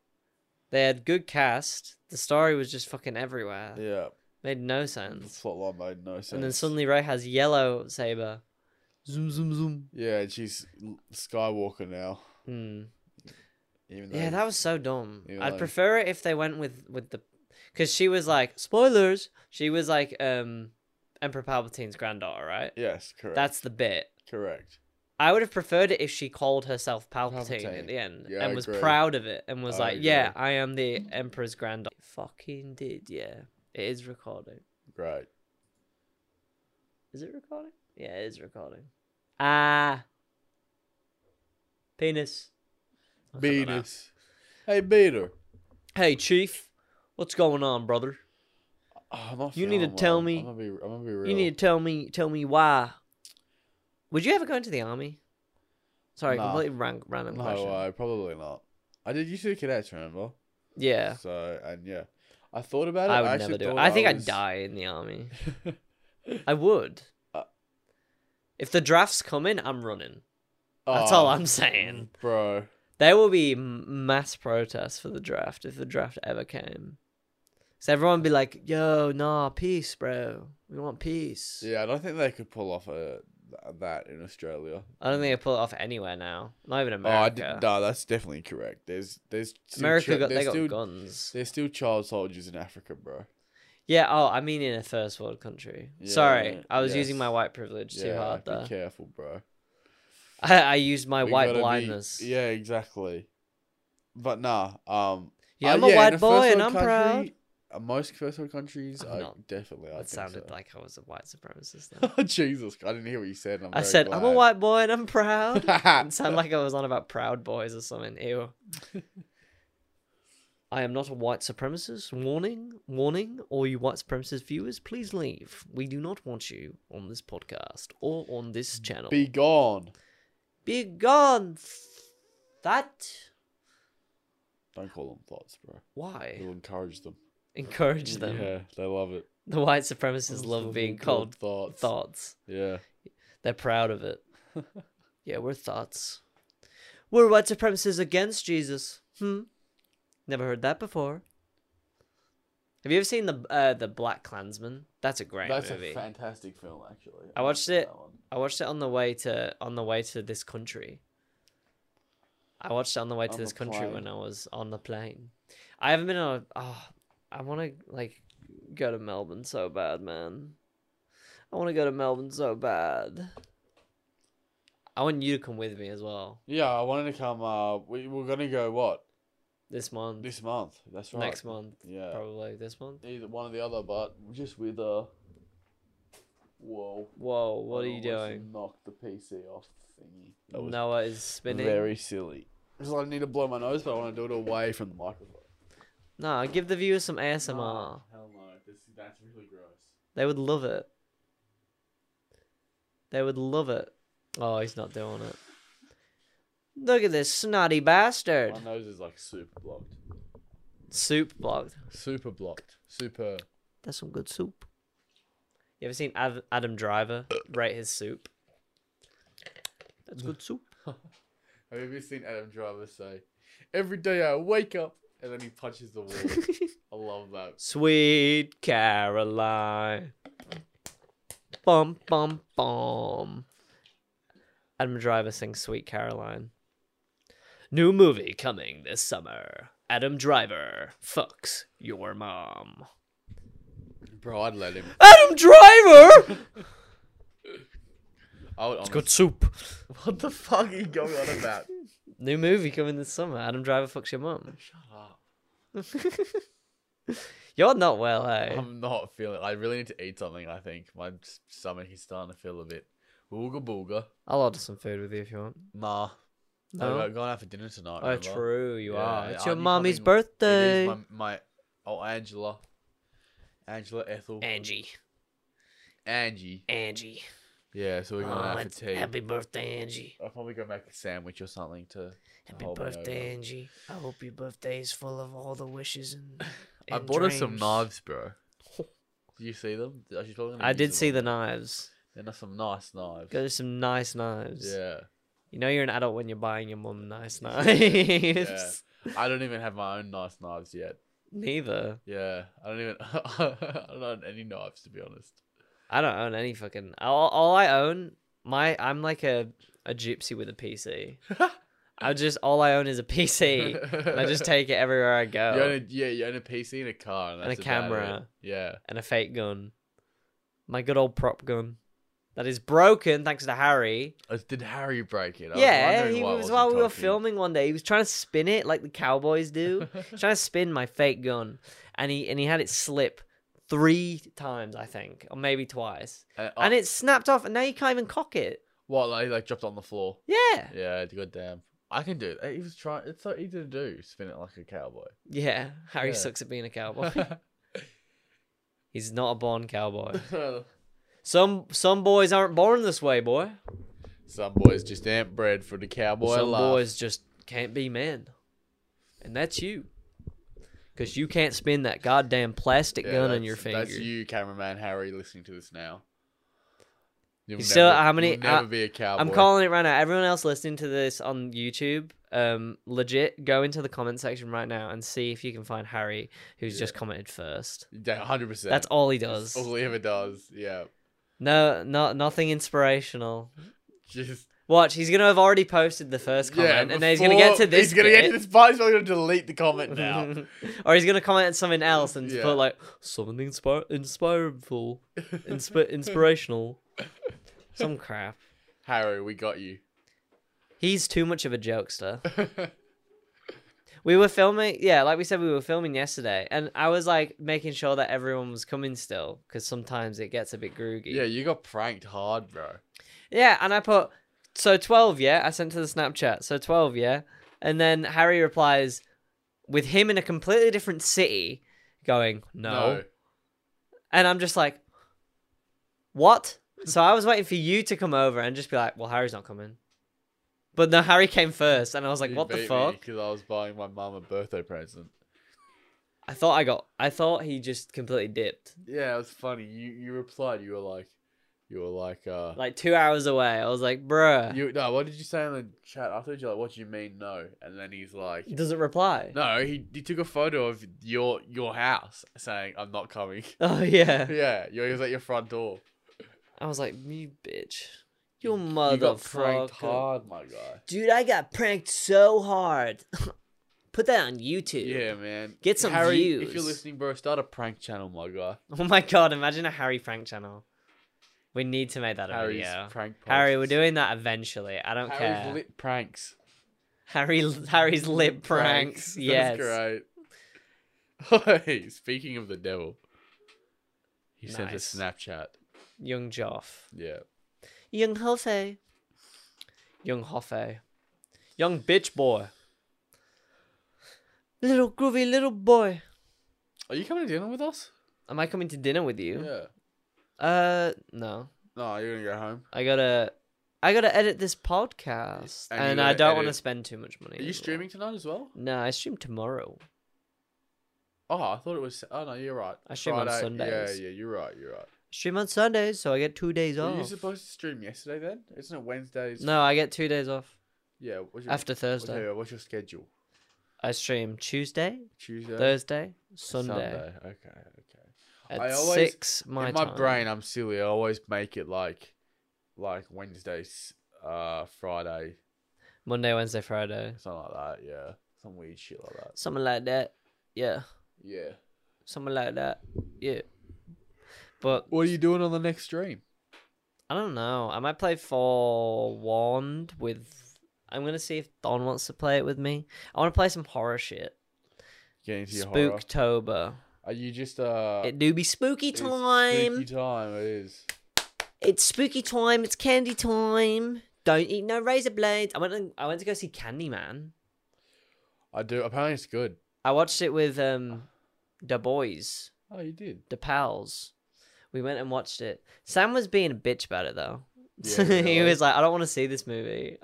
Speaker 1: They had good cast. The story was just fucking everywhere.
Speaker 2: Yeah,
Speaker 1: Made no
Speaker 2: the
Speaker 1: sense.
Speaker 2: plot line made no sense.
Speaker 1: And then suddenly Ray has yellow saber. Zoom zoom zoom.
Speaker 2: yeah, and she's l- Skywalker now.
Speaker 1: Hmm.
Speaker 2: Even though
Speaker 1: Yeah, that was so dumb.
Speaker 2: you were
Speaker 1: I'd
Speaker 2: like-
Speaker 1: prefer it if they went with with the, because she was like spoilers. She was like um, Emperor Palpatine's granddaughter, right?
Speaker 2: yes, correct.
Speaker 1: That's the bit.
Speaker 2: correct.
Speaker 1: I would have preferred it if she called herself Palpatine,
Speaker 2: Palpatine.
Speaker 1: at the end
Speaker 2: Yeah,
Speaker 1: and
Speaker 2: I
Speaker 1: was
Speaker 2: agree.
Speaker 1: proud of it and was
Speaker 2: I
Speaker 1: like, "Yeah, I am the Emperor's granddaughter." Fucking did, yeah. It is recording.
Speaker 2: Great.
Speaker 1: Is it recording? Yeah, it is recording. Ah, penis. I don't know.
Speaker 2: Beatus. Hey, Beater.
Speaker 1: Hey, chief, what's going on, brother?
Speaker 2: Oh, I'm not
Speaker 1: You need to
Speaker 2: feeling
Speaker 1: tell
Speaker 2: well.
Speaker 1: me-
Speaker 2: I'm gonna be. I'm gonna be real.
Speaker 1: You need to tell me tell me why. Would you ever go into the army? Sorry,
Speaker 2: Nah.
Speaker 1: completely ran- random question.
Speaker 2: No, uh, probably not. I did used to do cadets, remember?
Speaker 1: yeah,
Speaker 2: So and yeah, I thought about it.
Speaker 1: I would
Speaker 2: actually
Speaker 1: never do it.
Speaker 2: thought
Speaker 1: I think
Speaker 2: was-
Speaker 1: I'd die in the army. I would.
Speaker 2: Uh,
Speaker 1: if the drafts come in, I'm running. That's all
Speaker 2: Oh,
Speaker 1: I'm saying.
Speaker 2: bro.
Speaker 1: There will be m- mass protests for the draft if the draft ever came. So everyone would be like, "Yo, nah, peace, bro. We want peace."
Speaker 2: Yeah, I don't think they could pull off a th- that in Australia.
Speaker 1: I don't think I pull it off anywhere now. Not even
Speaker 2: Oh, I
Speaker 1: America.
Speaker 2: did, no, that's definitely correct. There's there's still
Speaker 1: America
Speaker 2: chi-
Speaker 1: got they
Speaker 2: there's
Speaker 1: got
Speaker 2: still,
Speaker 1: guns.
Speaker 2: There's still child soldiers in Africa, bro.
Speaker 1: Yeah, oh, I mean in a first world country. Sorry,
Speaker 2: Yeah,
Speaker 1: I was using my
Speaker 2: yes.
Speaker 1: white privilege too hard
Speaker 2: Be
Speaker 1: there.
Speaker 2: careful, bro.
Speaker 1: I, I used my
Speaker 2: We
Speaker 1: white
Speaker 2: gotta be-
Speaker 1: blindness. yeah,
Speaker 2: yeah, uh, exactly. But nah, um, uh,
Speaker 1: I'm
Speaker 2: yeah,
Speaker 1: a
Speaker 2: in
Speaker 1: white
Speaker 2: a
Speaker 1: boy
Speaker 2: first
Speaker 1: and I'm
Speaker 2: world
Speaker 1: proud.
Speaker 2: country- uh, most first world countries,
Speaker 1: I'm
Speaker 2: I
Speaker 1: not.
Speaker 2: definitely. I
Speaker 1: That
Speaker 2: think
Speaker 1: sounded
Speaker 2: so.
Speaker 1: like I was a white supremacist. Then.
Speaker 2: like. Jesus, I didn't hear what you said. and I'm
Speaker 1: I
Speaker 2: very
Speaker 1: said I'm a
Speaker 2: glad."
Speaker 1: white boy and I'm proud. it sounded like I was on about proud boys or something. Ew. I am not a white supremacist. Warning, warning! All you white supremacist viewers, please leave. We do not want you on this podcast or on this channel.
Speaker 2: Be gone.
Speaker 1: Be gone. f- That.
Speaker 2: Don't call them thoughts, bro.
Speaker 1: Why?
Speaker 2: It'll encourage them.
Speaker 1: Encourage them.
Speaker 2: Yeah, they love it.
Speaker 1: The white supremacists love being called
Speaker 2: thoughts.
Speaker 1: thoughts.
Speaker 2: Yeah.
Speaker 1: They're proud of it. yeah, we're thoughts. We're white supremacists against Jesus. Hmm. Never heard that before. Have you ever seen the uh, the Black Klansman? That's a great
Speaker 2: That's
Speaker 1: movie.
Speaker 2: a
Speaker 1: I
Speaker 2: fantastic film, actually.
Speaker 1: I watched
Speaker 2: like
Speaker 1: it.
Speaker 2: that one.
Speaker 1: watched it on the way to on the way to this country. I watched it on the way to
Speaker 2: On
Speaker 1: this
Speaker 2: the
Speaker 1: country when
Speaker 2: plane.
Speaker 1: I was on the plane. I haven't been on. A, oh, I want to like go to Melbourne so bad, man. I want to go to Melbourne so bad. I want you to come with me as well
Speaker 2: Yeah, I wanted to come. Uh, we we're gonna go what
Speaker 1: this month,
Speaker 2: this month? That's right.
Speaker 1: next month,
Speaker 2: Yeah.
Speaker 1: probably this month.
Speaker 2: Either one or the other, but just with uh. Whoa.
Speaker 1: Whoa, what are
Speaker 2: I
Speaker 1: you
Speaker 2: almost
Speaker 1: doing?
Speaker 2: Knocked the PC off thingy. That was
Speaker 1: Noah is spinning.
Speaker 2: very silly. Because I need to blow my nose, but I want to do it away from the microphone.
Speaker 1: No, give the viewers some uh, ASMR.
Speaker 2: No, Ah, hell no. This, that's really gross.
Speaker 1: They would love it. They would love it. Oh, he's not doing it. Look at this snotty bastard.
Speaker 2: My nose is like super blocked.
Speaker 1: Soup blocked.
Speaker 2: Super blocked. Super.
Speaker 1: That's some good soup. You ever seen Ad- Adam Driver rate his soup? That's good soup.
Speaker 2: Have you ever seen Adam Driver say, "Every day I wake up," and then he punches the wall? I love that.
Speaker 1: Sweet Caroline. Bum bum bum. Adam Driver sings Sweet Caroline. New movie coming this summer. Adam Driver fucks your mom.
Speaker 2: Bro, I'd let him.
Speaker 1: Adam Driver
Speaker 2: I would honestly.
Speaker 1: got soup.
Speaker 2: What the fuck are you going on about?
Speaker 1: New movie coming this summer. Adam Driver fucks your mom.
Speaker 2: Shut up.
Speaker 1: You're not well, hey.
Speaker 2: I'm not feeling. I really need to eat something. I think my s- stomach is starting to feel a bit ooga booga.
Speaker 1: I'll order some food with you if you want.
Speaker 2: Nah.
Speaker 1: No?
Speaker 2: I'm going out for dinner tonight.
Speaker 1: Oh,
Speaker 2: remember?
Speaker 1: true, you
Speaker 2: Yeah,
Speaker 1: are. It's
Speaker 2: I-
Speaker 1: your
Speaker 2: you
Speaker 1: mommy's
Speaker 2: can't even-
Speaker 1: birthday.
Speaker 2: It is my, my oh Angela, Angela Ethel,
Speaker 1: Angie,
Speaker 2: Angie.
Speaker 1: Angie.
Speaker 2: Yeah, so we're going
Speaker 1: Oh,
Speaker 2: out
Speaker 1: it's-
Speaker 2: for tea.
Speaker 1: happy birthday, Angie.
Speaker 2: I'll probably go make a sandwich or something to. to
Speaker 1: Happy
Speaker 2: hold me over.
Speaker 1: birthday, Angie. I hope your birthday is full of all the wishes and.
Speaker 2: I
Speaker 1: and
Speaker 2: bought her some
Speaker 1: dreams.
Speaker 2: knives, bro. Did you see them? I, she's probably gonna
Speaker 1: I
Speaker 2: use
Speaker 1: did see
Speaker 2: them.
Speaker 1: the knives.
Speaker 2: They're not some nice knives.
Speaker 1: Got her some nice knives.
Speaker 2: Yeah.
Speaker 1: You know you're an adult when you're buying your mum nice knives.
Speaker 2: Yeah. I don't even have my own nice knives yet.
Speaker 1: Neither.
Speaker 2: Yeah, I don't even. I don't own any knives to be honest.
Speaker 1: I don't own any fucking. All, all I own, my I'm like a a gypsy with a PC. I just all I own is a PC. and I just take it everywhere I go
Speaker 2: You own a, yeah, you own a PC and a car and,
Speaker 1: Oh. And a
Speaker 2: that's about it.
Speaker 1: camera.
Speaker 2: Yeah.
Speaker 1: and a fake gun. My good old prop gun. That is broken thanks to Harry.
Speaker 2: Uh, Did Harry break it? I
Speaker 1: yeah,
Speaker 2: wondering
Speaker 1: he
Speaker 2: why it
Speaker 1: was
Speaker 2: wasn't
Speaker 1: while we were
Speaker 2: talking.
Speaker 1: filming one day. He was trying to spin it like the cowboys do. He was trying to spin my fake gun, and he and he had it slip three times, I think, or maybe twice,
Speaker 2: And,
Speaker 1: and
Speaker 2: it
Speaker 1: it snapped off. And now you can't even cock it.
Speaker 2: what like, like dropped on the floor.
Speaker 1: Yeah,
Speaker 2: Yeah, goddamn. I can do it. He was trying. It's so easy to do. Spin it like a cowboy.
Speaker 1: yeah. Harry
Speaker 2: Yeah.
Speaker 1: sucks at being a cowboy. He's not a born cowboy.
Speaker 2: Some
Speaker 1: Some some boys aren't born this way, boy.
Speaker 2: boys just ain't bred for the cowboy
Speaker 1: Some
Speaker 2: life.
Speaker 1: boys just can't be men, and that's you, because you can't spin that goddamn plastic
Speaker 2: Yeah,
Speaker 1: gun on your
Speaker 2: that's-
Speaker 1: finger.
Speaker 2: That's you, cameraman Harry, listening to this now. You'll
Speaker 1: You still- how many-
Speaker 2: you'll never
Speaker 1: I-
Speaker 2: be a cowboy.
Speaker 1: I'm calling it right now. Everyone else listening to this on YouTube, um, legit, go into the comment section right now and see if you can find Harry, who's just commented first.
Speaker 2: hundred percent.
Speaker 1: That's all he does.
Speaker 2: all he ever does. Yeah,
Speaker 1: No, not nothing inspirational.
Speaker 2: just
Speaker 1: Watch, he's gonna have already posted the first comment,
Speaker 2: yeah.
Speaker 1: and then he's gonna get to
Speaker 2: before-
Speaker 1: this.
Speaker 2: He's gonna get to
Speaker 1: bit.
Speaker 2: this part. He's probably gonna delete the comment now.
Speaker 1: or he's gonna comment something else and
Speaker 2: Yeah.
Speaker 1: put like something inspir- inspirable, insp- inspirational, some crap.
Speaker 2: Harry, we got you.
Speaker 1: He's too much of a jokester. we were filming, yeah, like we said, we were filming yesterday, and I was like making sure that everyone was coming still, because sometimes it gets a bit groogy.
Speaker 2: Yeah, you got pranked hard, bro.
Speaker 1: Yeah, and I put so twelve, yeah. I sent to the Snapchat, so twelve, yeah. And then Harry replies with him in a completely different city, going no, and I'm just like, what? So I was waiting for you to come over and just be like, well, Harry's not coming. But no, Harry came first, and I was like, "What the fuck?"
Speaker 2: Because I was buying my mum a birthday present.
Speaker 1: I thought I got. I thought he just completely dipped.
Speaker 2: Yeah, it was funny. You you replied. You were like, you were like, uh,
Speaker 1: Like two hours away, I was like, "Bruh,
Speaker 2: you no. What did you say in the chat? I thought you were like, what do you mean no? And then he's like,
Speaker 1: he doesn't reply."
Speaker 2: no. He he took a photo of your your house saying I'm not coming.
Speaker 1: Oh yeah.
Speaker 2: yeah, you- he was at your front door.
Speaker 1: I was like, "You bitch, you
Speaker 2: You got pranked
Speaker 1: motherfucker."
Speaker 2: hard, my guy.
Speaker 1: Dude, I got pranked so hard. Put that on YouTube.
Speaker 2: Yeah, man.
Speaker 1: Get some
Speaker 2: Harry, If you're
Speaker 1: views.
Speaker 2: listening, bro, start a prank channel, my guy.
Speaker 1: Oh my god, imagine a Harry prank channel. We need to make that a
Speaker 2: Harry's
Speaker 1: video.
Speaker 2: prank.
Speaker 1: Oh, Harry, we're
Speaker 2: posts.
Speaker 1: doing that eventually. I don't
Speaker 2: Harry's
Speaker 1: care.
Speaker 2: lit pranks.
Speaker 1: Harry, Harry's lip pranks. yes.
Speaker 2: That's great. Hey, speaking of the devil, he sent a
Speaker 1: Nice.
Speaker 2: Snapchat.
Speaker 1: Young Joff.
Speaker 2: Yeah.
Speaker 1: Young Hoffe. Young Hoffe. Young bitch boy. Little groovy little boy.
Speaker 2: Are you coming to dinner with us?
Speaker 1: Am I coming to dinner with you?
Speaker 2: Yeah.
Speaker 1: Uh, no.
Speaker 2: No, you're gonna go home.
Speaker 1: I gotta, I gotta edit this podcast,
Speaker 2: And
Speaker 1: and,
Speaker 2: you
Speaker 1: I
Speaker 2: gotta
Speaker 1: don't want to
Speaker 2: edit-
Speaker 1: spend too much money.
Speaker 2: Are you
Speaker 1: as well.
Speaker 2: streaming tonight as well?
Speaker 1: No, I stream tomorrow.
Speaker 2: Oh, I thought it was. Oh no, you're right.
Speaker 1: I stream on Sundays.
Speaker 2: Yeah, yeah, you're right. You're right.
Speaker 1: Stream on Sundays, so I get two days
Speaker 2: Were you
Speaker 1: off.
Speaker 2: supposed to stream yesterday then? Isn't it Wednesdays?
Speaker 1: No, I get two days off
Speaker 2: Yeah. What's your,
Speaker 1: after
Speaker 2: what's
Speaker 1: Thursday.
Speaker 2: your, what's your schedule?
Speaker 1: I stream Tuesday,
Speaker 2: Tuesday.
Speaker 1: Thursday, Sunday
Speaker 2: Sunday. Okay. Okay.
Speaker 1: at
Speaker 2: I always-
Speaker 1: six my
Speaker 2: in my
Speaker 1: time.
Speaker 2: brain, I'm silly. I always make it like, like Wednesdays, uh, Friday,
Speaker 1: Monday, Wednesday, Friday.
Speaker 2: something like that. Yeah. Some weird shit like that.
Speaker 1: something like that. Yeah,
Speaker 2: Yeah.
Speaker 1: something like that. Yeah, but
Speaker 2: What are you doing on the next stream?
Speaker 1: I don't know. I might play for Wand with. I'm gonna see if Don wants to play it with me. I want to play some horror shit.
Speaker 2: Getting into your horror.
Speaker 1: Spooktober.
Speaker 2: Are you just uh?
Speaker 1: It do be spooky
Speaker 2: it's
Speaker 1: time.
Speaker 2: Spooky time. It is.
Speaker 1: It's spooky time. It's candy time. Don't eat no razor blades. I went. and- I went to go see Candyman.
Speaker 2: I do. Apparently, it's good.
Speaker 1: I watched it with um, the boys,
Speaker 2: Oh, you did.
Speaker 1: the pals. We went and watched it. Sam was being a bitch about it though. he
Speaker 2: Yeah, really.
Speaker 1: was like, I don't want to see this movie.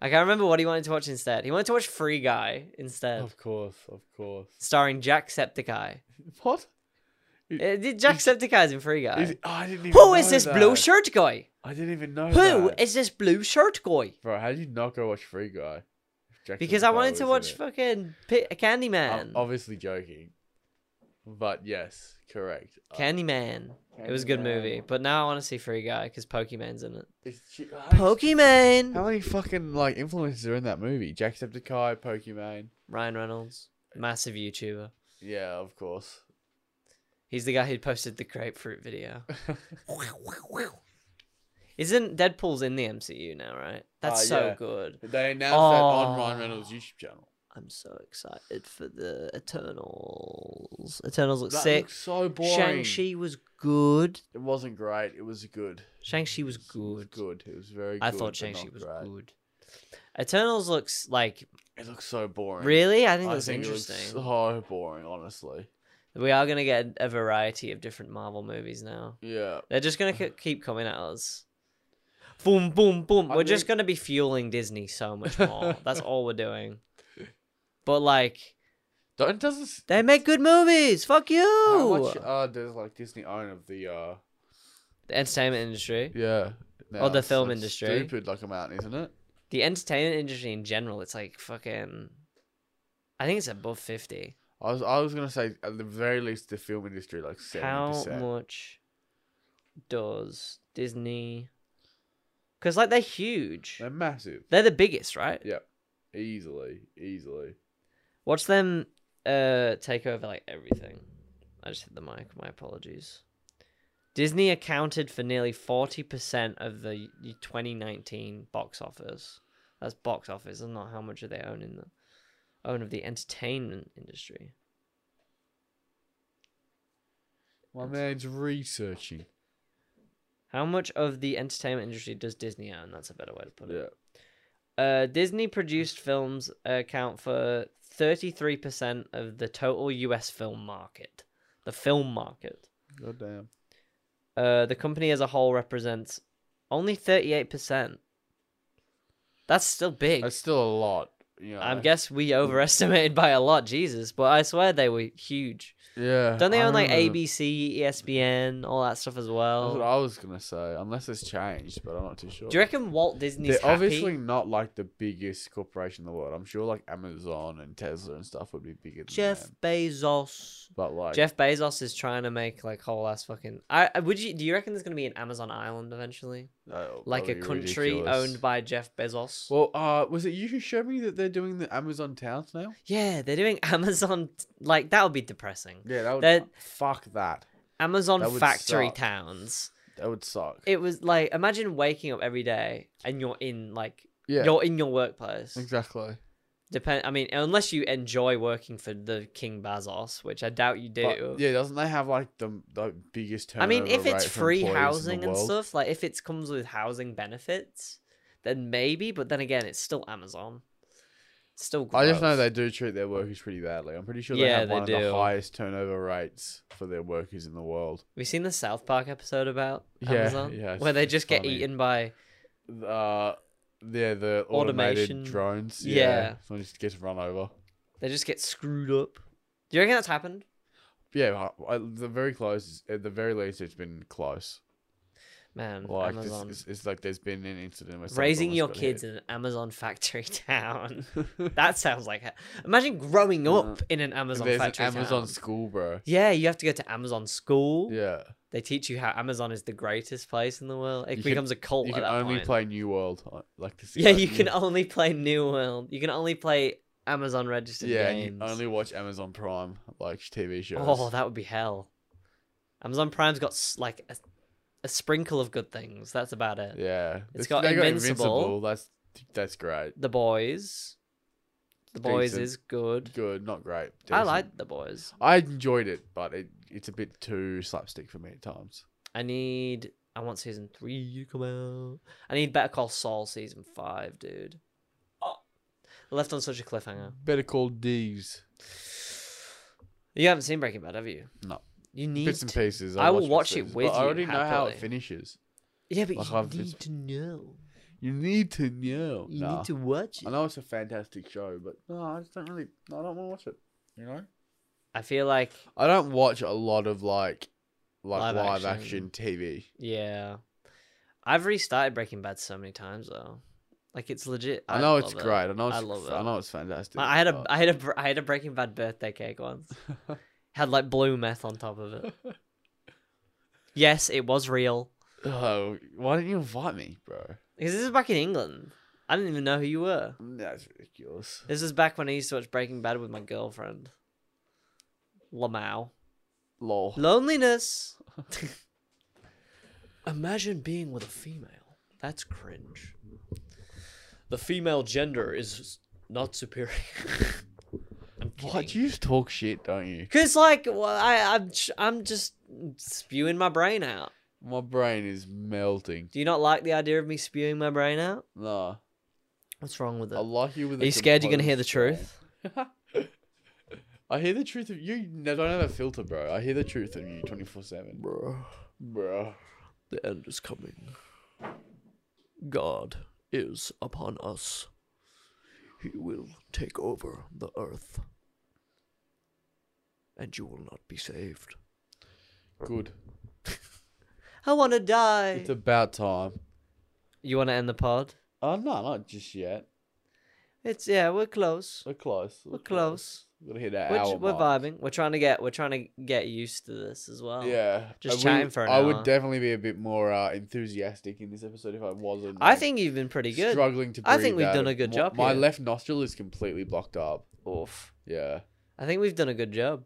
Speaker 1: I can't remember what he wanted to watch instead. He wanted to watch Free Guy instead,
Speaker 2: Of course, of course.
Speaker 1: starring Jacksepticeye.
Speaker 2: What?
Speaker 1: Uh, Jacksepticeye's in Free Guy.
Speaker 2: Is it- oh, I didn't even
Speaker 1: Who is
Speaker 2: know
Speaker 1: this blue
Speaker 2: that.
Speaker 1: shirt guy?
Speaker 2: I didn't even know.
Speaker 1: Who
Speaker 2: that.
Speaker 1: is this blue shirt guy?
Speaker 2: Bro, how did you not go watch Free Guy? Jackson
Speaker 1: Because I
Speaker 2: Guy
Speaker 1: wanted
Speaker 2: was
Speaker 1: to
Speaker 2: in
Speaker 1: watch
Speaker 2: it.
Speaker 1: fucking P-
Speaker 2: I'm
Speaker 1: Candyman.
Speaker 2: obviously joking, but yes, correct. Uh,
Speaker 1: Candyman. It was a good
Speaker 2: Candyman.
Speaker 1: movie, but now I want to see Free Guy because Pokemon's in it.
Speaker 2: Is she- uh,
Speaker 1: Pokemon.
Speaker 2: How many fucking like influences are in that movie? Jacksepticeye, Pokemon.
Speaker 1: Ryan Reynolds, massive YouTuber.
Speaker 2: Yeah, of course.
Speaker 1: He's the guy who posted the grapefruit video. Isn't Deadpool's in the MCU now, right? That's
Speaker 2: Uh,
Speaker 1: so
Speaker 2: yeah.
Speaker 1: good.
Speaker 2: They announced that on Ryan
Speaker 1: Oh.
Speaker 2: Reynolds' YouTube channel.
Speaker 1: I'm so excited for the Eternals. Eternals look
Speaker 2: That
Speaker 1: sick.
Speaker 2: looks so boring.
Speaker 1: Shang-Chi was good.
Speaker 2: It wasn't great. It was good.
Speaker 1: Shang-Chi was
Speaker 2: It was
Speaker 1: good.
Speaker 2: good. It was very.
Speaker 1: I
Speaker 2: good,
Speaker 1: thought
Speaker 2: but
Speaker 1: Shang-Chi
Speaker 2: not
Speaker 1: was
Speaker 2: great.
Speaker 1: good. Eternals looks like
Speaker 2: It looks so boring.
Speaker 1: really. I think
Speaker 2: I
Speaker 1: that's
Speaker 2: think it looks
Speaker 1: interesting.
Speaker 2: so boring, honestly.
Speaker 1: We are gonna get a variety of different Marvel movies now.
Speaker 2: Yeah.
Speaker 1: They're just
Speaker 2: Uh-huh.
Speaker 1: gonna ke- keep coming at us. Boom, boom, boom.
Speaker 2: I
Speaker 1: we're just
Speaker 2: think-
Speaker 1: gonna be fueling Disney so much more. That's all we're doing. But like,
Speaker 2: Don't doesn't s-
Speaker 1: they make good movies. Fuck you.
Speaker 2: how much uh does like Disney own of the uh
Speaker 1: the entertainment industry,
Speaker 2: yeah
Speaker 1: the
Speaker 2: now, it's,
Speaker 1: film
Speaker 2: like,
Speaker 1: industry.
Speaker 2: stupid like amount, isn't it?
Speaker 1: the entertainment industry in general, it's like fucking. I think it's above fifty.
Speaker 2: I was I was gonna say at the very least the film industry like seventy
Speaker 1: How
Speaker 2: percent.
Speaker 1: much does Disney? Because like they're huge.
Speaker 2: They're massive,
Speaker 1: They're the biggest, right?
Speaker 2: easily, easily.
Speaker 1: Watch them uh take over like everything. I just hit the mic, my apologies. Disney accounted for nearly 40% of the y- 2019 box office. That's box office, and not how much of they own in the own of the entertainment industry.
Speaker 2: My man's researching.
Speaker 1: How much of the entertainment industry does Disney own? That's a better way to put
Speaker 2: Yeah,
Speaker 1: it. Uh, Disney produced films account for 33% of the total US film market. The film market.
Speaker 2: goddamn.
Speaker 1: uh, the company as a whole represents only 38%. That's still big.
Speaker 2: That's still a lot. You know.
Speaker 1: I guess we overestimated by a lot, Jesus, but I swear they were huge.
Speaker 2: Yeah.
Speaker 1: Don't they
Speaker 2: I
Speaker 1: own like
Speaker 2: remember.
Speaker 1: ABC, ESPN, all that stuff as
Speaker 2: That's what
Speaker 1: well?
Speaker 2: I was gonna say, unless it's changed, but I'm not too sure.
Speaker 1: Do you reckon Walt Disney's
Speaker 2: They're
Speaker 1: happy?
Speaker 2: obviously not like the biggest corporation in the world. I'm sure like Amazon and Tesla and stuff would be bigger than
Speaker 1: Jeff
Speaker 2: them.
Speaker 1: Bezos.
Speaker 2: But like
Speaker 1: Jeff Bezos is trying to make like whole ass fucking. I I- would you do you reckon there's gonna be an Amazon island eventually,
Speaker 2: that'll
Speaker 1: like a
Speaker 2: oh, be
Speaker 1: country
Speaker 2: ridiculous.
Speaker 1: owned by Jeff Bezos?
Speaker 2: Well, uh, was it you who showed me that they're doing the Amazon towns now?
Speaker 1: yeah, they're doing Amazon like that would be depressing.
Speaker 2: Yeah, that would
Speaker 1: That-
Speaker 2: fuck that.
Speaker 1: Amazon
Speaker 2: That would
Speaker 1: factory
Speaker 2: suck.
Speaker 1: towns.
Speaker 2: That would suck.
Speaker 1: It was like imagine waking up every day and you're in like
Speaker 2: yeah,
Speaker 1: you're in your workplace.
Speaker 2: exactly.
Speaker 1: Depend I mean unless you enjoy working for the King Bazos, which I doubt you
Speaker 2: But,
Speaker 1: do.
Speaker 2: yeah, doesn't they have like the the biggest
Speaker 1: I mean if
Speaker 2: turnover
Speaker 1: it's
Speaker 2: rate for
Speaker 1: free
Speaker 2: employees in the
Speaker 1: housing and
Speaker 2: world?
Speaker 1: stuff, like if it comes with housing benefits, then maybe, but then again it's still Amazon. It's still
Speaker 2: I just know
Speaker 1: gross.
Speaker 2: they do treat their workers pretty badly. I'm pretty sure they
Speaker 1: Yeah,
Speaker 2: have
Speaker 1: they
Speaker 2: one of
Speaker 1: do.
Speaker 2: the highest turnover rates for their workers in the world.
Speaker 1: we seen the South Park episode about
Speaker 2: Yeah,
Speaker 1: Amazon
Speaker 2: yeah, it's-
Speaker 1: where they
Speaker 2: it's
Speaker 1: just get
Speaker 2: funny.
Speaker 1: eaten by
Speaker 2: Uh, yeah, the automated
Speaker 1: Automation.
Speaker 2: drones.
Speaker 1: Yeah.
Speaker 2: someone just gets run over.
Speaker 1: they just get screwed up. Do you reckon that's happened?
Speaker 2: Yeah, I, I- the very close, at the very least, it's been close.
Speaker 1: Man,
Speaker 2: Like this-
Speaker 1: Amazon.
Speaker 2: it's, it's like there's been an incident where someone's
Speaker 1: Raising
Speaker 2: almost
Speaker 1: your
Speaker 2: got
Speaker 1: kids
Speaker 2: hit.
Speaker 1: in an Amazon factory town. that sounds like it. Imagine growing up in an Amazon
Speaker 2: Uh, There's an
Speaker 1: factory
Speaker 2: Amazon
Speaker 1: town.
Speaker 2: school, bro.
Speaker 1: Yeah, you have to go to Amazon school.
Speaker 2: Yeah,
Speaker 1: They teach you how Amazon is the greatest place in the world. It
Speaker 2: You can-
Speaker 1: becomes a cult
Speaker 2: you
Speaker 1: at
Speaker 2: can
Speaker 1: that
Speaker 2: only
Speaker 1: point.
Speaker 2: play New World uh, like this.
Speaker 1: yeah, you can only play New World. You can only play Amazon registered
Speaker 2: yeah, and you
Speaker 1: games.
Speaker 2: only watch Amazon Prime like TV shows.
Speaker 1: Oh, that would be hell. Amazon Prime's got s- like a, a sprinkle of good things. That's about it.
Speaker 2: yeah, This-
Speaker 1: got
Speaker 2: they
Speaker 1: Invincible.
Speaker 2: That's that's great.
Speaker 1: The Boys. The Boys
Speaker 2: Decent.
Speaker 1: is good.
Speaker 2: Good, not great.
Speaker 1: I
Speaker 2: decent.
Speaker 1: like The Boys.
Speaker 2: I enjoyed it, but it it's a bit too slapstick for me at times.
Speaker 1: I need. I want season three to come out. I need Better Call Saul season five, dude. Oh, left on such a cliffhanger.
Speaker 2: Better call D's.
Speaker 1: You haven't seen Breaking Bad, have you?
Speaker 2: No.
Speaker 1: You need.
Speaker 2: Bits and
Speaker 1: to-
Speaker 2: pieces.
Speaker 1: I will watch
Speaker 2: watch bits
Speaker 1: it
Speaker 2: and pieces,
Speaker 1: with
Speaker 2: but I
Speaker 1: you
Speaker 2: already know how it
Speaker 1: happily.
Speaker 2: finishes.
Speaker 1: yeah, but
Speaker 2: Like,
Speaker 1: you
Speaker 2: I've-
Speaker 1: need
Speaker 2: it's-
Speaker 1: to know.
Speaker 2: You need to know.
Speaker 1: You
Speaker 2: Nah.
Speaker 1: need to watch
Speaker 2: I
Speaker 1: it.
Speaker 2: know it's a fantastic show, but no, I just don't really. I don't want to watch it. You know.
Speaker 1: I feel like
Speaker 2: I don't watch a lot of like like
Speaker 1: Live
Speaker 2: live,
Speaker 1: action.
Speaker 2: action. TV.
Speaker 1: Yeah. I've restarted Breaking Bad so many times though. Like it's legit.
Speaker 2: I, know it's
Speaker 1: love it.
Speaker 2: great. I know
Speaker 1: I
Speaker 2: it's,
Speaker 1: love
Speaker 2: I
Speaker 1: it.
Speaker 2: know it's fantastic.
Speaker 1: I I had a
Speaker 2: but-
Speaker 1: I had a br- I had a Breaking Bad birthday cake once. had like blue meth on top of it. yes, it was real.
Speaker 2: oh, why didn't you invite me, bro?
Speaker 1: Because this is back in England. I didn't even know who you were.
Speaker 2: That's ridiculous.
Speaker 1: This is back when I used to watch Breaking Bad with my girlfriend. Lamau.
Speaker 2: Lol.
Speaker 1: Loneliness. Imagine being with a female. That's cringe. The female gender is not superior. I'm
Speaker 2: What you just talk shit, don't you?
Speaker 1: Cause like well, I I'm ch- I'm just spewing my brain out.
Speaker 2: My brain is melting.
Speaker 1: Do you not like the idea of me spewing my brain out?
Speaker 2: Nah,
Speaker 1: What's wrong with it?
Speaker 2: I like you with.
Speaker 1: Are
Speaker 2: a
Speaker 1: you scared you're gonna hear the
Speaker 2: composed
Speaker 1: truth?
Speaker 2: brain. I hear the truth of you. No, don't have a filter, bro. I hear the truth of you twenty four seven,
Speaker 1: Bro,
Speaker 2: bro.
Speaker 1: the end is coming. God is upon us. He will take over the earth. And you will not be saved.
Speaker 2: Good.
Speaker 1: I want to die.
Speaker 2: It's about time.
Speaker 1: You want to end the pod?
Speaker 2: Oh no, not just yet.
Speaker 1: It's yeah, we're close.
Speaker 2: We're close. We're,
Speaker 1: close.
Speaker 2: We're gonna hit that
Speaker 1: We're,
Speaker 2: hour
Speaker 1: we're
Speaker 2: mark.
Speaker 1: vibing. We're trying to get we're trying to get used to this as well.
Speaker 2: Yeah,
Speaker 1: Just
Speaker 2: I would-
Speaker 1: chatting for an
Speaker 2: I
Speaker 1: hour.
Speaker 2: would definitely be a bit more uh, enthusiastic in this episode if I wasn't.
Speaker 1: I
Speaker 2: like,
Speaker 1: think you've been pretty good.
Speaker 2: Struggling to.
Speaker 1: I think
Speaker 2: breathe
Speaker 1: we've
Speaker 2: out
Speaker 1: done
Speaker 2: of-
Speaker 1: a good
Speaker 2: my-
Speaker 1: job
Speaker 2: My
Speaker 1: here.
Speaker 2: left nostril is completely blocked up.
Speaker 1: Oof.
Speaker 2: Yeah.
Speaker 1: I think we've done a good job.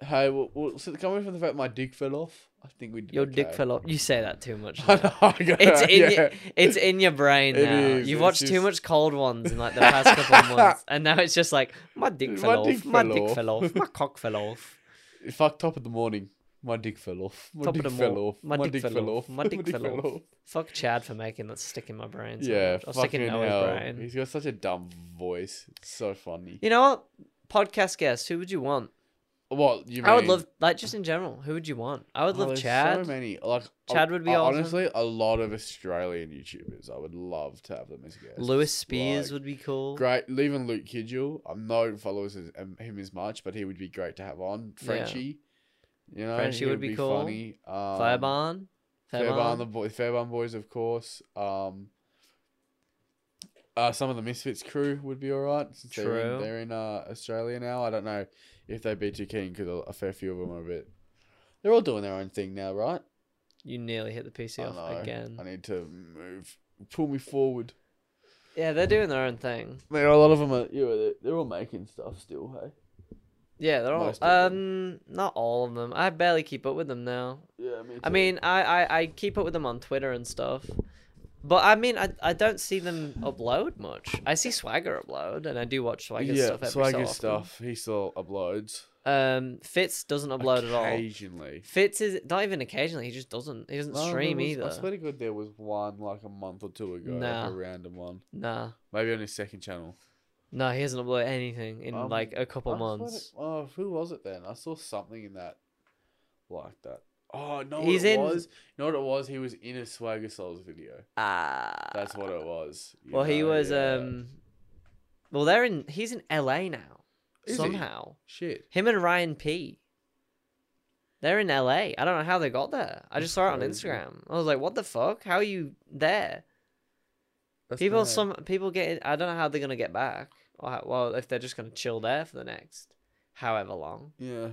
Speaker 2: Hey, well, well, so coming from the fact my dick fell off, I think we did.
Speaker 1: Your dick
Speaker 2: okay.
Speaker 1: fell off. You say that too much.
Speaker 2: I
Speaker 1: now.
Speaker 2: know, I got-
Speaker 1: It's in
Speaker 2: yeah.
Speaker 1: your, it's in your brain
Speaker 2: It
Speaker 1: now.
Speaker 2: is,
Speaker 1: You've
Speaker 2: it's
Speaker 1: watched too
Speaker 2: just-
Speaker 1: much cold ones in like the past couple of months, and now it's just like my dick fell
Speaker 2: My
Speaker 1: off,
Speaker 2: dick
Speaker 1: my
Speaker 2: fell
Speaker 1: dick
Speaker 2: off.
Speaker 1: fell off, my cock fell off.
Speaker 2: Fuck, top of the morning. My dick fell off. My
Speaker 1: Top of
Speaker 2: dick
Speaker 1: the
Speaker 2: fell
Speaker 1: mor-
Speaker 2: off.
Speaker 1: my dick fell off. My dick fell off. Fuck Chad for making that stick in my brain. So
Speaker 2: Yeah,
Speaker 1: much. Or stick in
Speaker 2: fucking
Speaker 1: Noah's
Speaker 2: hell.
Speaker 1: brain.
Speaker 2: He's got such a dumb voice. It's so funny.
Speaker 1: You know what? Podcast guest, who would you want?
Speaker 2: What you mean?
Speaker 1: I would love like just in general. Who would you want? I would
Speaker 2: Oh,
Speaker 1: love
Speaker 2: there's
Speaker 1: Chad.
Speaker 2: So many. Like I-
Speaker 1: Chad would be
Speaker 2: I-
Speaker 1: awesome.
Speaker 2: honestly a lot of Australian YouTubers. I would love to have them as guests.
Speaker 1: Lewis Spears
Speaker 2: Like,
Speaker 1: would be cool.
Speaker 2: great. Even Luke Kidgel. I know follows as, um, him as much, but he would be great to have on. Frenchie, you know,
Speaker 1: Frenchie
Speaker 2: he
Speaker 1: would be cool.
Speaker 2: Funny. Um,
Speaker 1: Fairbairn.
Speaker 2: Fairbairn,
Speaker 1: Fairbairn.
Speaker 2: the boy, Fairbairn boys, of course. Um, uh, some of the Misfits crew would be all right. Since They're
Speaker 1: True.
Speaker 2: in, they're in uh, Australia now. I don't know if they'd be too keen because a, a fair few of them are a bit. They're all doing their own thing now, right?
Speaker 1: You nearly hit the PC
Speaker 2: I
Speaker 1: off
Speaker 2: know.
Speaker 1: again.
Speaker 2: I need to move, pull me forward.
Speaker 1: Yeah, they're doing their own thing.
Speaker 2: Man, a lot of them are. You know, they're, they're all making stuff still. Hey.
Speaker 1: Yeah, they're all
Speaker 2: Most of
Speaker 1: um not all of them. I barely keep up with them now.
Speaker 2: Yeah, me
Speaker 1: I mean, I, I I keep up with them on Twitter and stuff. But I mean, I, I don't see them upload much. I see Swagger upload, and I do watch Swagger
Speaker 2: yeah,
Speaker 1: stuff every so
Speaker 2: Swagger
Speaker 1: often.
Speaker 2: stuff. He still uploads.
Speaker 1: Um, Fitz doesn't upload at all.
Speaker 2: Occasionally.
Speaker 1: Fitz is not even occasionally. He just doesn't. He doesn't
Speaker 2: No, there
Speaker 1: stream
Speaker 2: was- I
Speaker 1: either.
Speaker 2: swear to God, there was one like a month or two ago,
Speaker 1: Nah.
Speaker 2: like a random one.
Speaker 1: Nah,
Speaker 2: Maybe on his second channel.
Speaker 1: no, he hasn't uploaded anything in
Speaker 2: Um,
Speaker 1: like a couple
Speaker 2: I swear to-
Speaker 1: months.
Speaker 2: oh, who was it then? I saw something in that, like that. Oh no,
Speaker 1: He's
Speaker 2: He's it
Speaker 1: in-
Speaker 2: was. You know what it was? He was in a Swagger Souls video.
Speaker 3: Uh,
Speaker 1: Ah,
Speaker 2: That's what it was. you
Speaker 1: well, he
Speaker 2: know,
Speaker 1: was
Speaker 2: yeah.
Speaker 1: um. Well, they're in. He's in L.A. now.
Speaker 2: Is he?
Speaker 1: somehow.
Speaker 2: Shit.
Speaker 1: Him and Ryan P. They're in LA. I don't know how they got there. I just
Speaker 2: That's
Speaker 1: saw it on
Speaker 2: crazy.
Speaker 1: Instagram. I was like, "What the fuck? How are you there?"
Speaker 2: That's
Speaker 1: people,
Speaker 2: mad.
Speaker 1: some people get. In, I don't know how they're gonna get back. Or how, well, if they're just gonna chill there for the next however long.
Speaker 2: Yeah.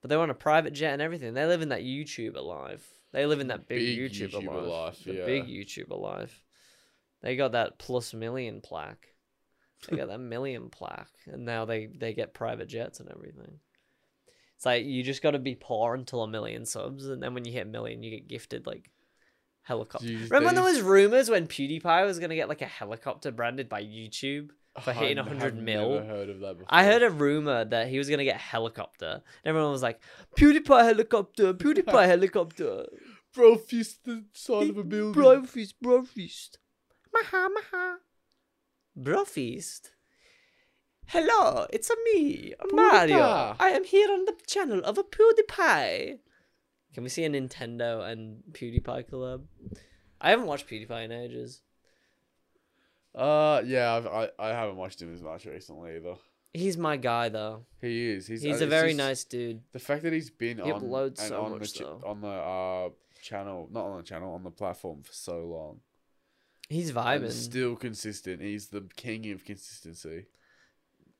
Speaker 1: But they're on a private jet and everything. They live in that YouTuber life. They live in that big,
Speaker 2: Big
Speaker 1: YouTuber,
Speaker 2: YouTuber
Speaker 1: life.
Speaker 2: life,
Speaker 1: The
Speaker 2: yeah.
Speaker 1: big YouTuber life. They got that plus million plaque. They got that million plaque, and now they they get private jets and everything. It's like you just got to be poor until a million subs, and then when you hit a million, you get gifted like helicopter.
Speaker 2: These
Speaker 1: Remember when there
Speaker 2: days-
Speaker 1: was rumors when PewDiePie was gonna get like a helicopter branded by YouTube for hitting
Speaker 2: I've
Speaker 1: 100
Speaker 2: never
Speaker 1: mil?
Speaker 2: heard of that before.
Speaker 1: I heard a rumor that he was gonna get helicopter, and everyone was like, "PewDiePie helicopter, PewDiePie helicopter,
Speaker 2: bro fist the side of a building.
Speaker 1: brofist, brofist, maha maha, brofist." Hello, it's a me, a Mario.
Speaker 2: PewDiePie.
Speaker 1: I am here on the channel of a PewDiePie. Can we see a Nintendo and PewDiePie collab? I haven't watched PewDiePie in ages.
Speaker 2: Uh, yeah, I've, I I haven't watched him as much recently either.
Speaker 1: He's my guy though.
Speaker 2: He is. He's,
Speaker 1: He's,
Speaker 2: uh,
Speaker 1: a
Speaker 2: it's
Speaker 1: very
Speaker 2: just
Speaker 1: nice dude.
Speaker 2: The fact that he's been
Speaker 1: He
Speaker 2: on
Speaker 1: uploads
Speaker 2: and
Speaker 1: so
Speaker 2: on
Speaker 1: much,
Speaker 2: the
Speaker 1: though.
Speaker 2: on the uh channel, not on the channel, on the platform for so long,
Speaker 1: He's
Speaker 2: and
Speaker 1: vibing.
Speaker 2: still consistent. He's the king of consistency.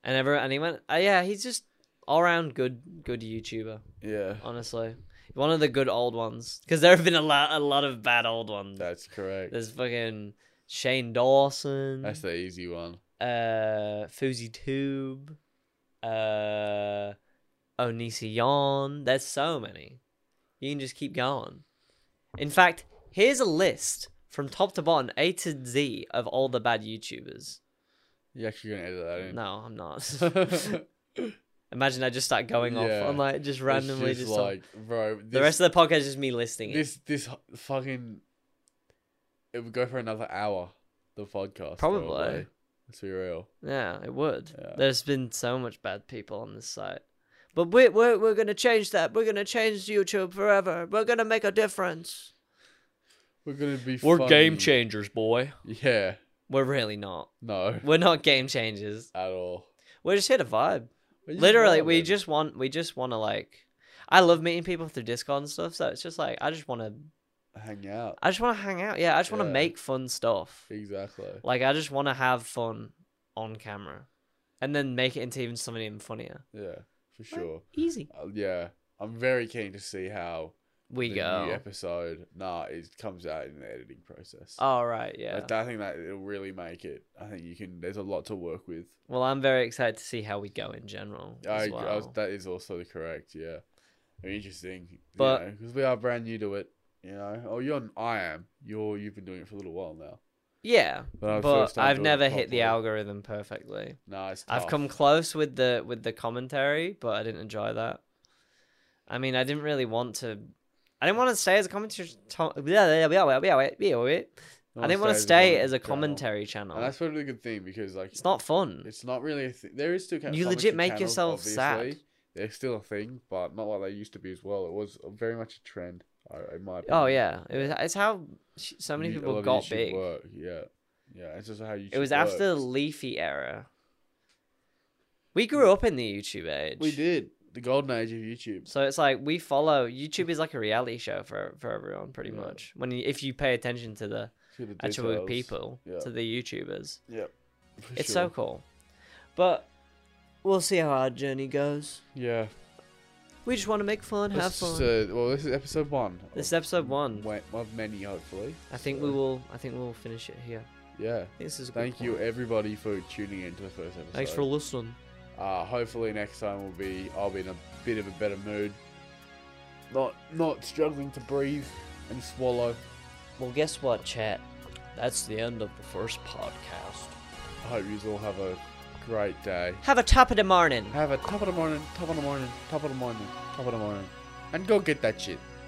Speaker 1: and ever and he went uh, yeah he's just all round good good youtuber
Speaker 2: Yeah,
Speaker 1: honestly one of the good old ones because there have been a lot a lot of bad old ones
Speaker 2: that's correct.
Speaker 1: there's fucking shane dawson
Speaker 2: That's the easy one.
Speaker 1: uh Foozy tube uh onision there's so many you can just keep going in fact here's a list from top to bottom a to z of all the bad youtubers
Speaker 2: You're actually gonna edit that in.
Speaker 1: no i'm not
Speaker 2: It's
Speaker 1: Imagine I just start going
Speaker 2: Yeah.
Speaker 1: off on like just randomly just, on-
Speaker 2: like, bro. This,
Speaker 1: the rest of the podcast is just me listing it.
Speaker 2: this this h- fucking it would go for another hour. The podcast
Speaker 1: Probably.
Speaker 2: Let's be real.
Speaker 1: Yeah, it would.
Speaker 2: Yeah.
Speaker 1: There's been so much bad people on this site. But we're, we're, we're going to change that. We're going to change YouTube forever. We're going to make a difference.
Speaker 2: We're gonna be. funny.
Speaker 1: changers, boy.
Speaker 2: Yeah.
Speaker 1: We're really not.
Speaker 2: No.
Speaker 1: We're not game changers.
Speaker 2: At all.
Speaker 1: We're just here to vibe.
Speaker 2: But you
Speaker 1: Literally,
Speaker 2: love
Speaker 1: we
Speaker 2: it.
Speaker 1: just want we just want to like. I love meeting people through Discord and stuff. So it's just like I just want to
Speaker 2: hang out.
Speaker 1: I just want to hang out. Yeah, I just want to
Speaker 2: Yeah.
Speaker 1: make fun stuff.
Speaker 2: Exactly.
Speaker 1: Like I just want to have fun on camera, and then make it into even something even funnier.
Speaker 2: Yeah, for sure.
Speaker 1: Easy.
Speaker 2: Uh, yeah, I'm very keen to see how
Speaker 1: We
Speaker 2: the new
Speaker 1: go.
Speaker 2: episode. Nah, it comes out in the editing process.
Speaker 1: All right. Oh, Yeah.
Speaker 2: I, I think that it'll really make it. I think you can. There's a lot to work with.
Speaker 1: well, I'm very excited to see how we go in general.
Speaker 2: I,
Speaker 1: as
Speaker 2: agree- I
Speaker 1: well.
Speaker 2: was, that is also correct. Yeah, interesting.
Speaker 1: But-
Speaker 2: because we are brand new to it, you know. Oh, you're. n- I am. You're. You've been doing it for a little while now.
Speaker 1: yeah,
Speaker 2: But I've first
Speaker 1: but
Speaker 2: time
Speaker 1: I've
Speaker 2: doing it
Speaker 1: never hit the
Speaker 2: properly. Oh.
Speaker 1: algorithm perfectly.
Speaker 2: Nah, it's
Speaker 1: I've
Speaker 2: tough.
Speaker 1: come close with the with the commentary, but I didn't enjoy that. I mean, I didn't really want to. I didn't want to stay as a commentary. To- I didn't want to stay as a commentary channel.
Speaker 2: And that's probably a good thing because like
Speaker 1: It's not fun.
Speaker 2: It's not really a thing. There is still kind
Speaker 1: You legit make yourself sad.
Speaker 2: They're still a thing, but not like they used to be as well. It was very much a trend. I- In my
Speaker 1: Oh
Speaker 2: opinion.
Speaker 1: yeah, it was. It's how sh- so many
Speaker 2: You- a lot
Speaker 1: people
Speaker 2: of
Speaker 1: got
Speaker 2: YouTube
Speaker 1: big.
Speaker 2: Work. Yeah, yeah. It's just how you.
Speaker 1: It was after the Leafy era. We grew up in the YouTube age.
Speaker 2: we did the golden age of YouTube.
Speaker 1: So it's like we follow YouTube is like a reality show for for everyone pretty
Speaker 2: Mm. Yeah.
Speaker 1: much. When you, if you pay attention to the
Speaker 2: to the
Speaker 1: actual
Speaker 2: details.
Speaker 1: people,
Speaker 2: Yeah.
Speaker 1: to the YouTubers,
Speaker 2: Yeah, for
Speaker 1: it's so
Speaker 2: sure.
Speaker 1: cool. But we'll see how our journey goes.
Speaker 2: yeah.
Speaker 1: We just want to make fun, have
Speaker 2: This is,
Speaker 1: fun.
Speaker 2: uh, well, this is episode one.
Speaker 1: This is
Speaker 2: of-
Speaker 1: episode one.
Speaker 2: wa- of many, hopefully.
Speaker 1: I think
Speaker 2: So,
Speaker 1: we will. I think we'll finish it here.
Speaker 2: Yeah.
Speaker 1: I think This is a good
Speaker 2: Thank you
Speaker 1: point.
Speaker 2: everybody for tuning in to the first episode.
Speaker 1: Thanks for listening.
Speaker 2: Uh, hopefully next time will be I'll be in a bit of a better mood. Not not struggling to breathe and swallow.
Speaker 1: Well, guess what, chat? That's the end of the first podcast.
Speaker 2: I hope you all have a great day.
Speaker 1: Have a top of the morning.
Speaker 2: Have a top of the morning, top of the morning, top of the morning, top of the morning, and go get that shit.